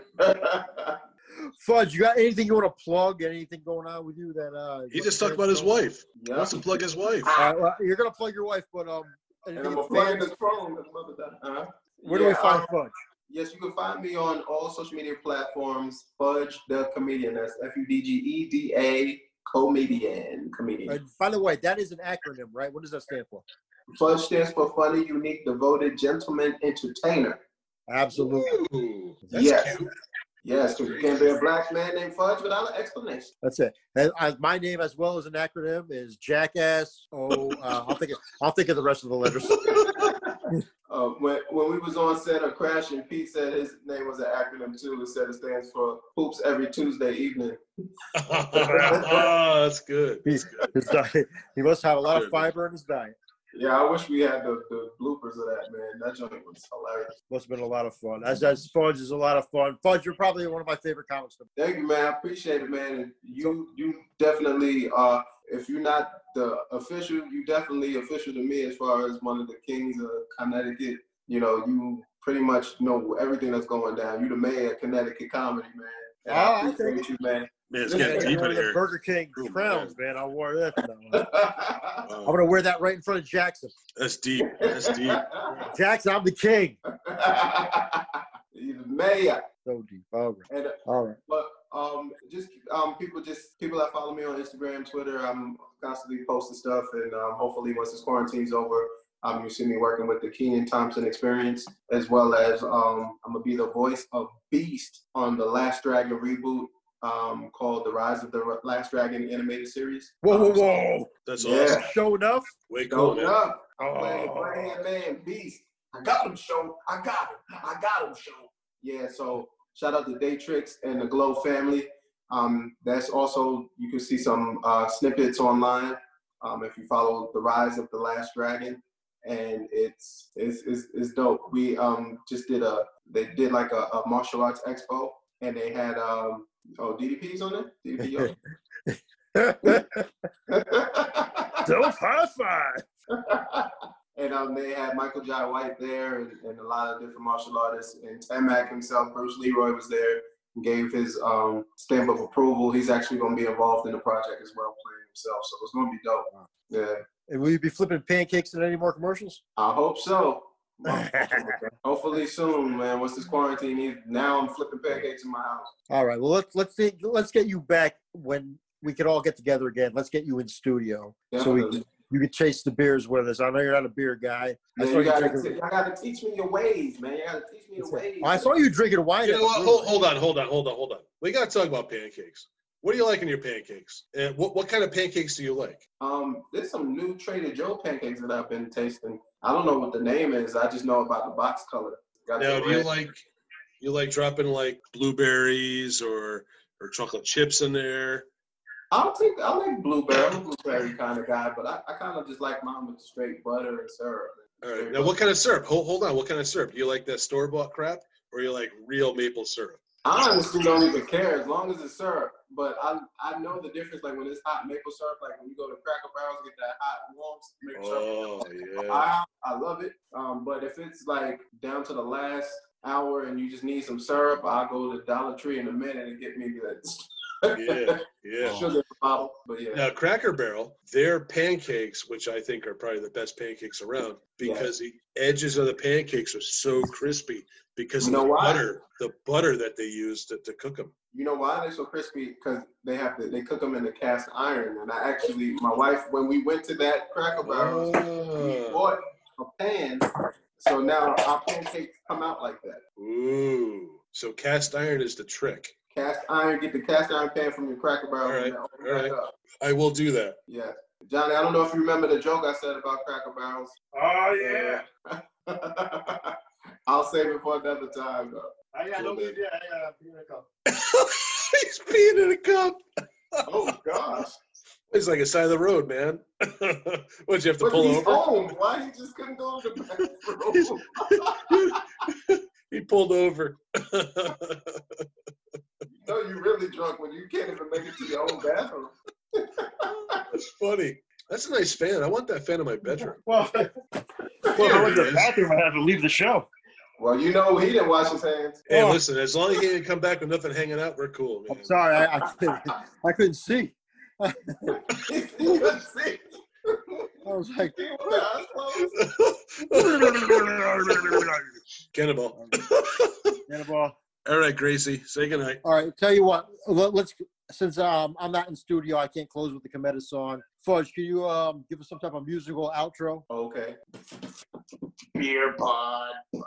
Speaker 3: Fudge, you got anything you want to plug? Anything going on with you that uh?
Speaker 2: he just talked about his wife. He
Speaker 4: yeah.
Speaker 2: wants to plug his wife.
Speaker 3: All right, Uh, well, you're gonna plug your wife, but um,
Speaker 4: And
Speaker 3: anything
Speaker 4: I'm
Speaker 3: with
Speaker 4: gonna play in
Speaker 3: fans?
Speaker 4: this phone. this mother done- huh?
Speaker 3: where do we
Speaker 4: Yeah,
Speaker 3: find
Speaker 4: um,
Speaker 3: Fudge?
Speaker 4: Yes, you can find me on all social media platforms. Fudge the comedian. That's F U D G E D A comedian. Comedian.
Speaker 3: And by the way, that is an acronym, right? What does that stand for?
Speaker 4: Fudge stands for funny, unique, devoted, gentleman, entertainer.
Speaker 3: Absolutely.
Speaker 2: Ooh,
Speaker 4: yes. Yes, because you can't be a black man named Fudge without an explanation.
Speaker 3: That's it. And I, my name, as well as an acronym, is Jackass. Oh, uh, I'll think. Of, I'll think of the rest of the letters. (laughs)
Speaker 4: Uh, when, when we was on set of Crashing, Pete said his name was an acronym too. It said it stands for Poops Every Tuesday Evening.
Speaker 2: Ah, (laughs) that's good. That's good.
Speaker 3: His diet. He must have a lot of fiber in his diet.
Speaker 4: Yeah, I wish we had the, the bloopers of that, man. That joint was hilarious.
Speaker 3: Must have been a lot of fun. As as Fudge is a lot of fun. Fudge, you're probably one of my favorite comics. to-
Speaker 4: Thank you, man. I appreciate it, man. And you you definitely uh if you're not the official, you definitely official to me as far as one of the kings of Connecticut. You know, you pretty much know everything that's going down. You the mayor of Connecticut comedy, man. And
Speaker 2: Oh,
Speaker 3: Ah, I
Speaker 4: I
Speaker 3: take
Speaker 4: appreciate you, man.
Speaker 2: Man, it's
Speaker 4: Yeah,
Speaker 2: getting deep
Speaker 4: yeah,
Speaker 3: You're
Speaker 2: in
Speaker 3: one of the
Speaker 2: here.
Speaker 3: Burger King
Speaker 2: Ooh,
Speaker 3: crowns, man. I wore that. from that one. I'm
Speaker 4: Wow.
Speaker 3: gonna wear that right in front of Jackson.
Speaker 2: Oh, That's deep. That's
Speaker 4: (laughs)
Speaker 2: deep.
Speaker 3: Jackson, I'm the king.
Speaker 4: He's the mayor.
Speaker 3: So deep. All right.
Speaker 4: And
Speaker 3: All right.
Speaker 4: but um just um people just people that follow me on Instagram, Twitter, I'm constantly posting stuff and um, hopefully once this quarantine's over, um you see me working with the Keenan Thompson experience as well as um I'm gonna be the voice of Beast on the Last Dragon reboot um called The Rise of the Last Dragon animated series.
Speaker 3: Whoa, whoa, whoa!
Speaker 2: That's
Speaker 4: Yeah. Oh,
Speaker 2: awesome.
Speaker 3: Show enough.
Speaker 2: Way cool,
Speaker 4: Go
Speaker 2: man.
Speaker 4: up. Playing
Speaker 3: Oh, (laughs)
Speaker 4: Brand Man Beast. I got him, show. I got him. I got him, show. Yeah, so shout out to Daytrix and the Glow family. Um, that's also, you can see some uh, snippets online um, if you follow The Rise of the Last Dragon. And it's it's, it's, it's dope. We um, just did a, they did like a, a martial arts expo and they had, um, oh, DDP's on it? DDP (laughs) on it?
Speaker 3: (laughs) dope high five.
Speaker 4: and um, they had Michael Jai White there and, and a lot of different martial artists. And Tamak himself, Bruce Leroy, was there and gave his um, stamp of approval. He's actually going to be involved in the project as well, playing himself. So it's going to be dope. Yeah,
Speaker 3: And will you be flipping pancakes in any more commercials?
Speaker 4: I
Speaker 3: (laughs)
Speaker 4: hope so. Hopefully soon, man. Once this quarantine, is- now I'm flipping pancakes in my house.
Speaker 3: All right. Well, let's let's think, let's get you back when we can all get together again. Let's get you in studio so we
Speaker 4: Definitely.
Speaker 3: can- you can chase the beers with us. I know you're not a beer guy. I
Speaker 4: Man,
Speaker 3: saw
Speaker 4: you
Speaker 3: you
Speaker 4: gotta, t-
Speaker 3: drinking.
Speaker 4: y'all gotta teach me your ways, man. You gotta teach me your ways.
Speaker 3: I saw you drinking wine.
Speaker 2: You
Speaker 3: at
Speaker 2: know
Speaker 3: the
Speaker 2: what?
Speaker 3: brewery.
Speaker 2: Hold, hold on, hold on, hold on, hold on. We got to talk about pancakes. What do you like in your pancakes? And what, what kind of pancakes do you like?
Speaker 4: Um, there's some new Trader Joe pancakes that I've been tasting. I don't know what the name is. I just know about the box color. Got
Speaker 2: Now,
Speaker 4: the
Speaker 2: do you
Speaker 4: red-
Speaker 2: like you like dropping like blueberries or or chocolate chips in there?
Speaker 4: I'll take. I like blueberry. I'm a blueberry kind of guy, but I, I kind of just like mine with straight butter and syrup.
Speaker 2: All right. Now, what kind of syrup? Hold, hold on. What kind of syrup? Do you like that store bought crap or you like real maple syrup?
Speaker 4: I honestly don't even care as long as it's syrup. But I I know the difference. Like when it's hot maple syrup, like when you go to Cracker Barrels, get that hot warm maple
Speaker 2: Oh
Speaker 4: syrup.
Speaker 2: yeah.
Speaker 4: I, I love it. Um, but if it's like down to the last hour and you just need some syrup, I'll go to Dollar Tree in a minute and get me the
Speaker 2: Yeah,
Speaker 4: (laughs)
Speaker 2: yeah.
Speaker 4: Sugar in the bottle, but yeah.
Speaker 2: Now, Cracker Barrel, their pancakes, which I think are probably the best pancakes around, because the edges of the pancakes are so crispy because
Speaker 4: You
Speaker 2: of
Speaker 4: know
Speaker 2: the
Speaker 4: why?
Speaker 2: butter, the butter that they use to, to cook them.
Speaker 4: You know why they're so crispy? Because they have to. They cook them in the cast iron. And I actually, my wife, when we went to that Cracker Barrel,
Speaker 2: Oh.
Speaker 4: we
Speaker 2: Ah.
Speaker 4: bought a pan. So now our pancakes come out like that.
Speaker 2: Ooh. So cast iron is the trick.
Speaker 4: Cast iron. Get the cast iron pan from your Cracker Barrel.
Speaker 2: All right,
Speaker 4: and open it
Speaker 2: all right.
Speaker 4: back up.
Speaker 2: I will do that. (laughs)
Speaker 4: Yeah, Johnny. I don't know if you remember the joke I said about Cracker Barrels.
Speaker 10: Oh yeah.
Speaker 4: (laughs) I'll save it for another time though.
Speaker 10: I got no
Speaker 2: Cool, man.
Speaker 10: idea. I got a peanut cup.
Speaker 2: He's peeing in a cup.
Speaker 4: Oh gosh.
Speaker 2: It's like a side of the road, man. (laughs) What'd you have (laughs) to
Speaker 4: But
Speaker 2: pull
Speaker 4: he's
Speaker 2: over?
Speaker 4: home. Why he just couldn't go to the
Speaker 2: He's- (laughs)
Speaker 4: bathroom?
Speaker 2: he pulled over. (laughs)
Speaker 4: No, you're really drunk when you can't even make it to your own bathroom. (laughs)
Speaker 2: That's funny. That's a nice fan. I want that fan in my bedroom.
Speaker 10: Well, (laughs) well, if I went to the bathroom, I had to leave the show.
Speaker 4: Well, you know he didn't wash his hands. (laughs)
Speaker 2: Hey,
Speaker 10: Oh.
Speaker 2: listen, as long as he didn't come back with nothing hanging out, we're cool, man.
Speaker 10: (laughs)
Speaker 3: I'm sorry, I, I, couldn't, I couldn't see.
Speaker 4: he couldn't see. (laughs)
Speaker 3: I was like,
Speaker 4: He wore his eyes closed.
Speaker 2: (laughs) Cannibal.
Speaker 10: Cannonball.
Speaker 2: All right, Gracie, say goodnight.
Speaker 3: all right, tell you what, let, us since um, I'm not in studio, I can't close with the Cometa song. Fudge, can you um, give us some type of musical outro?
Speaker 4: Okay. Beer pod. I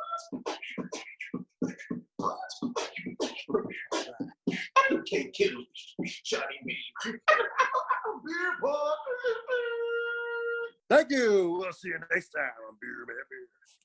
Speaker 4: don't can't kill Johnny B. (laughs) Beer pod.
Speaker 3: Thank you. uh,
Speaker 10: We'll see you next time on Beer Man Beer.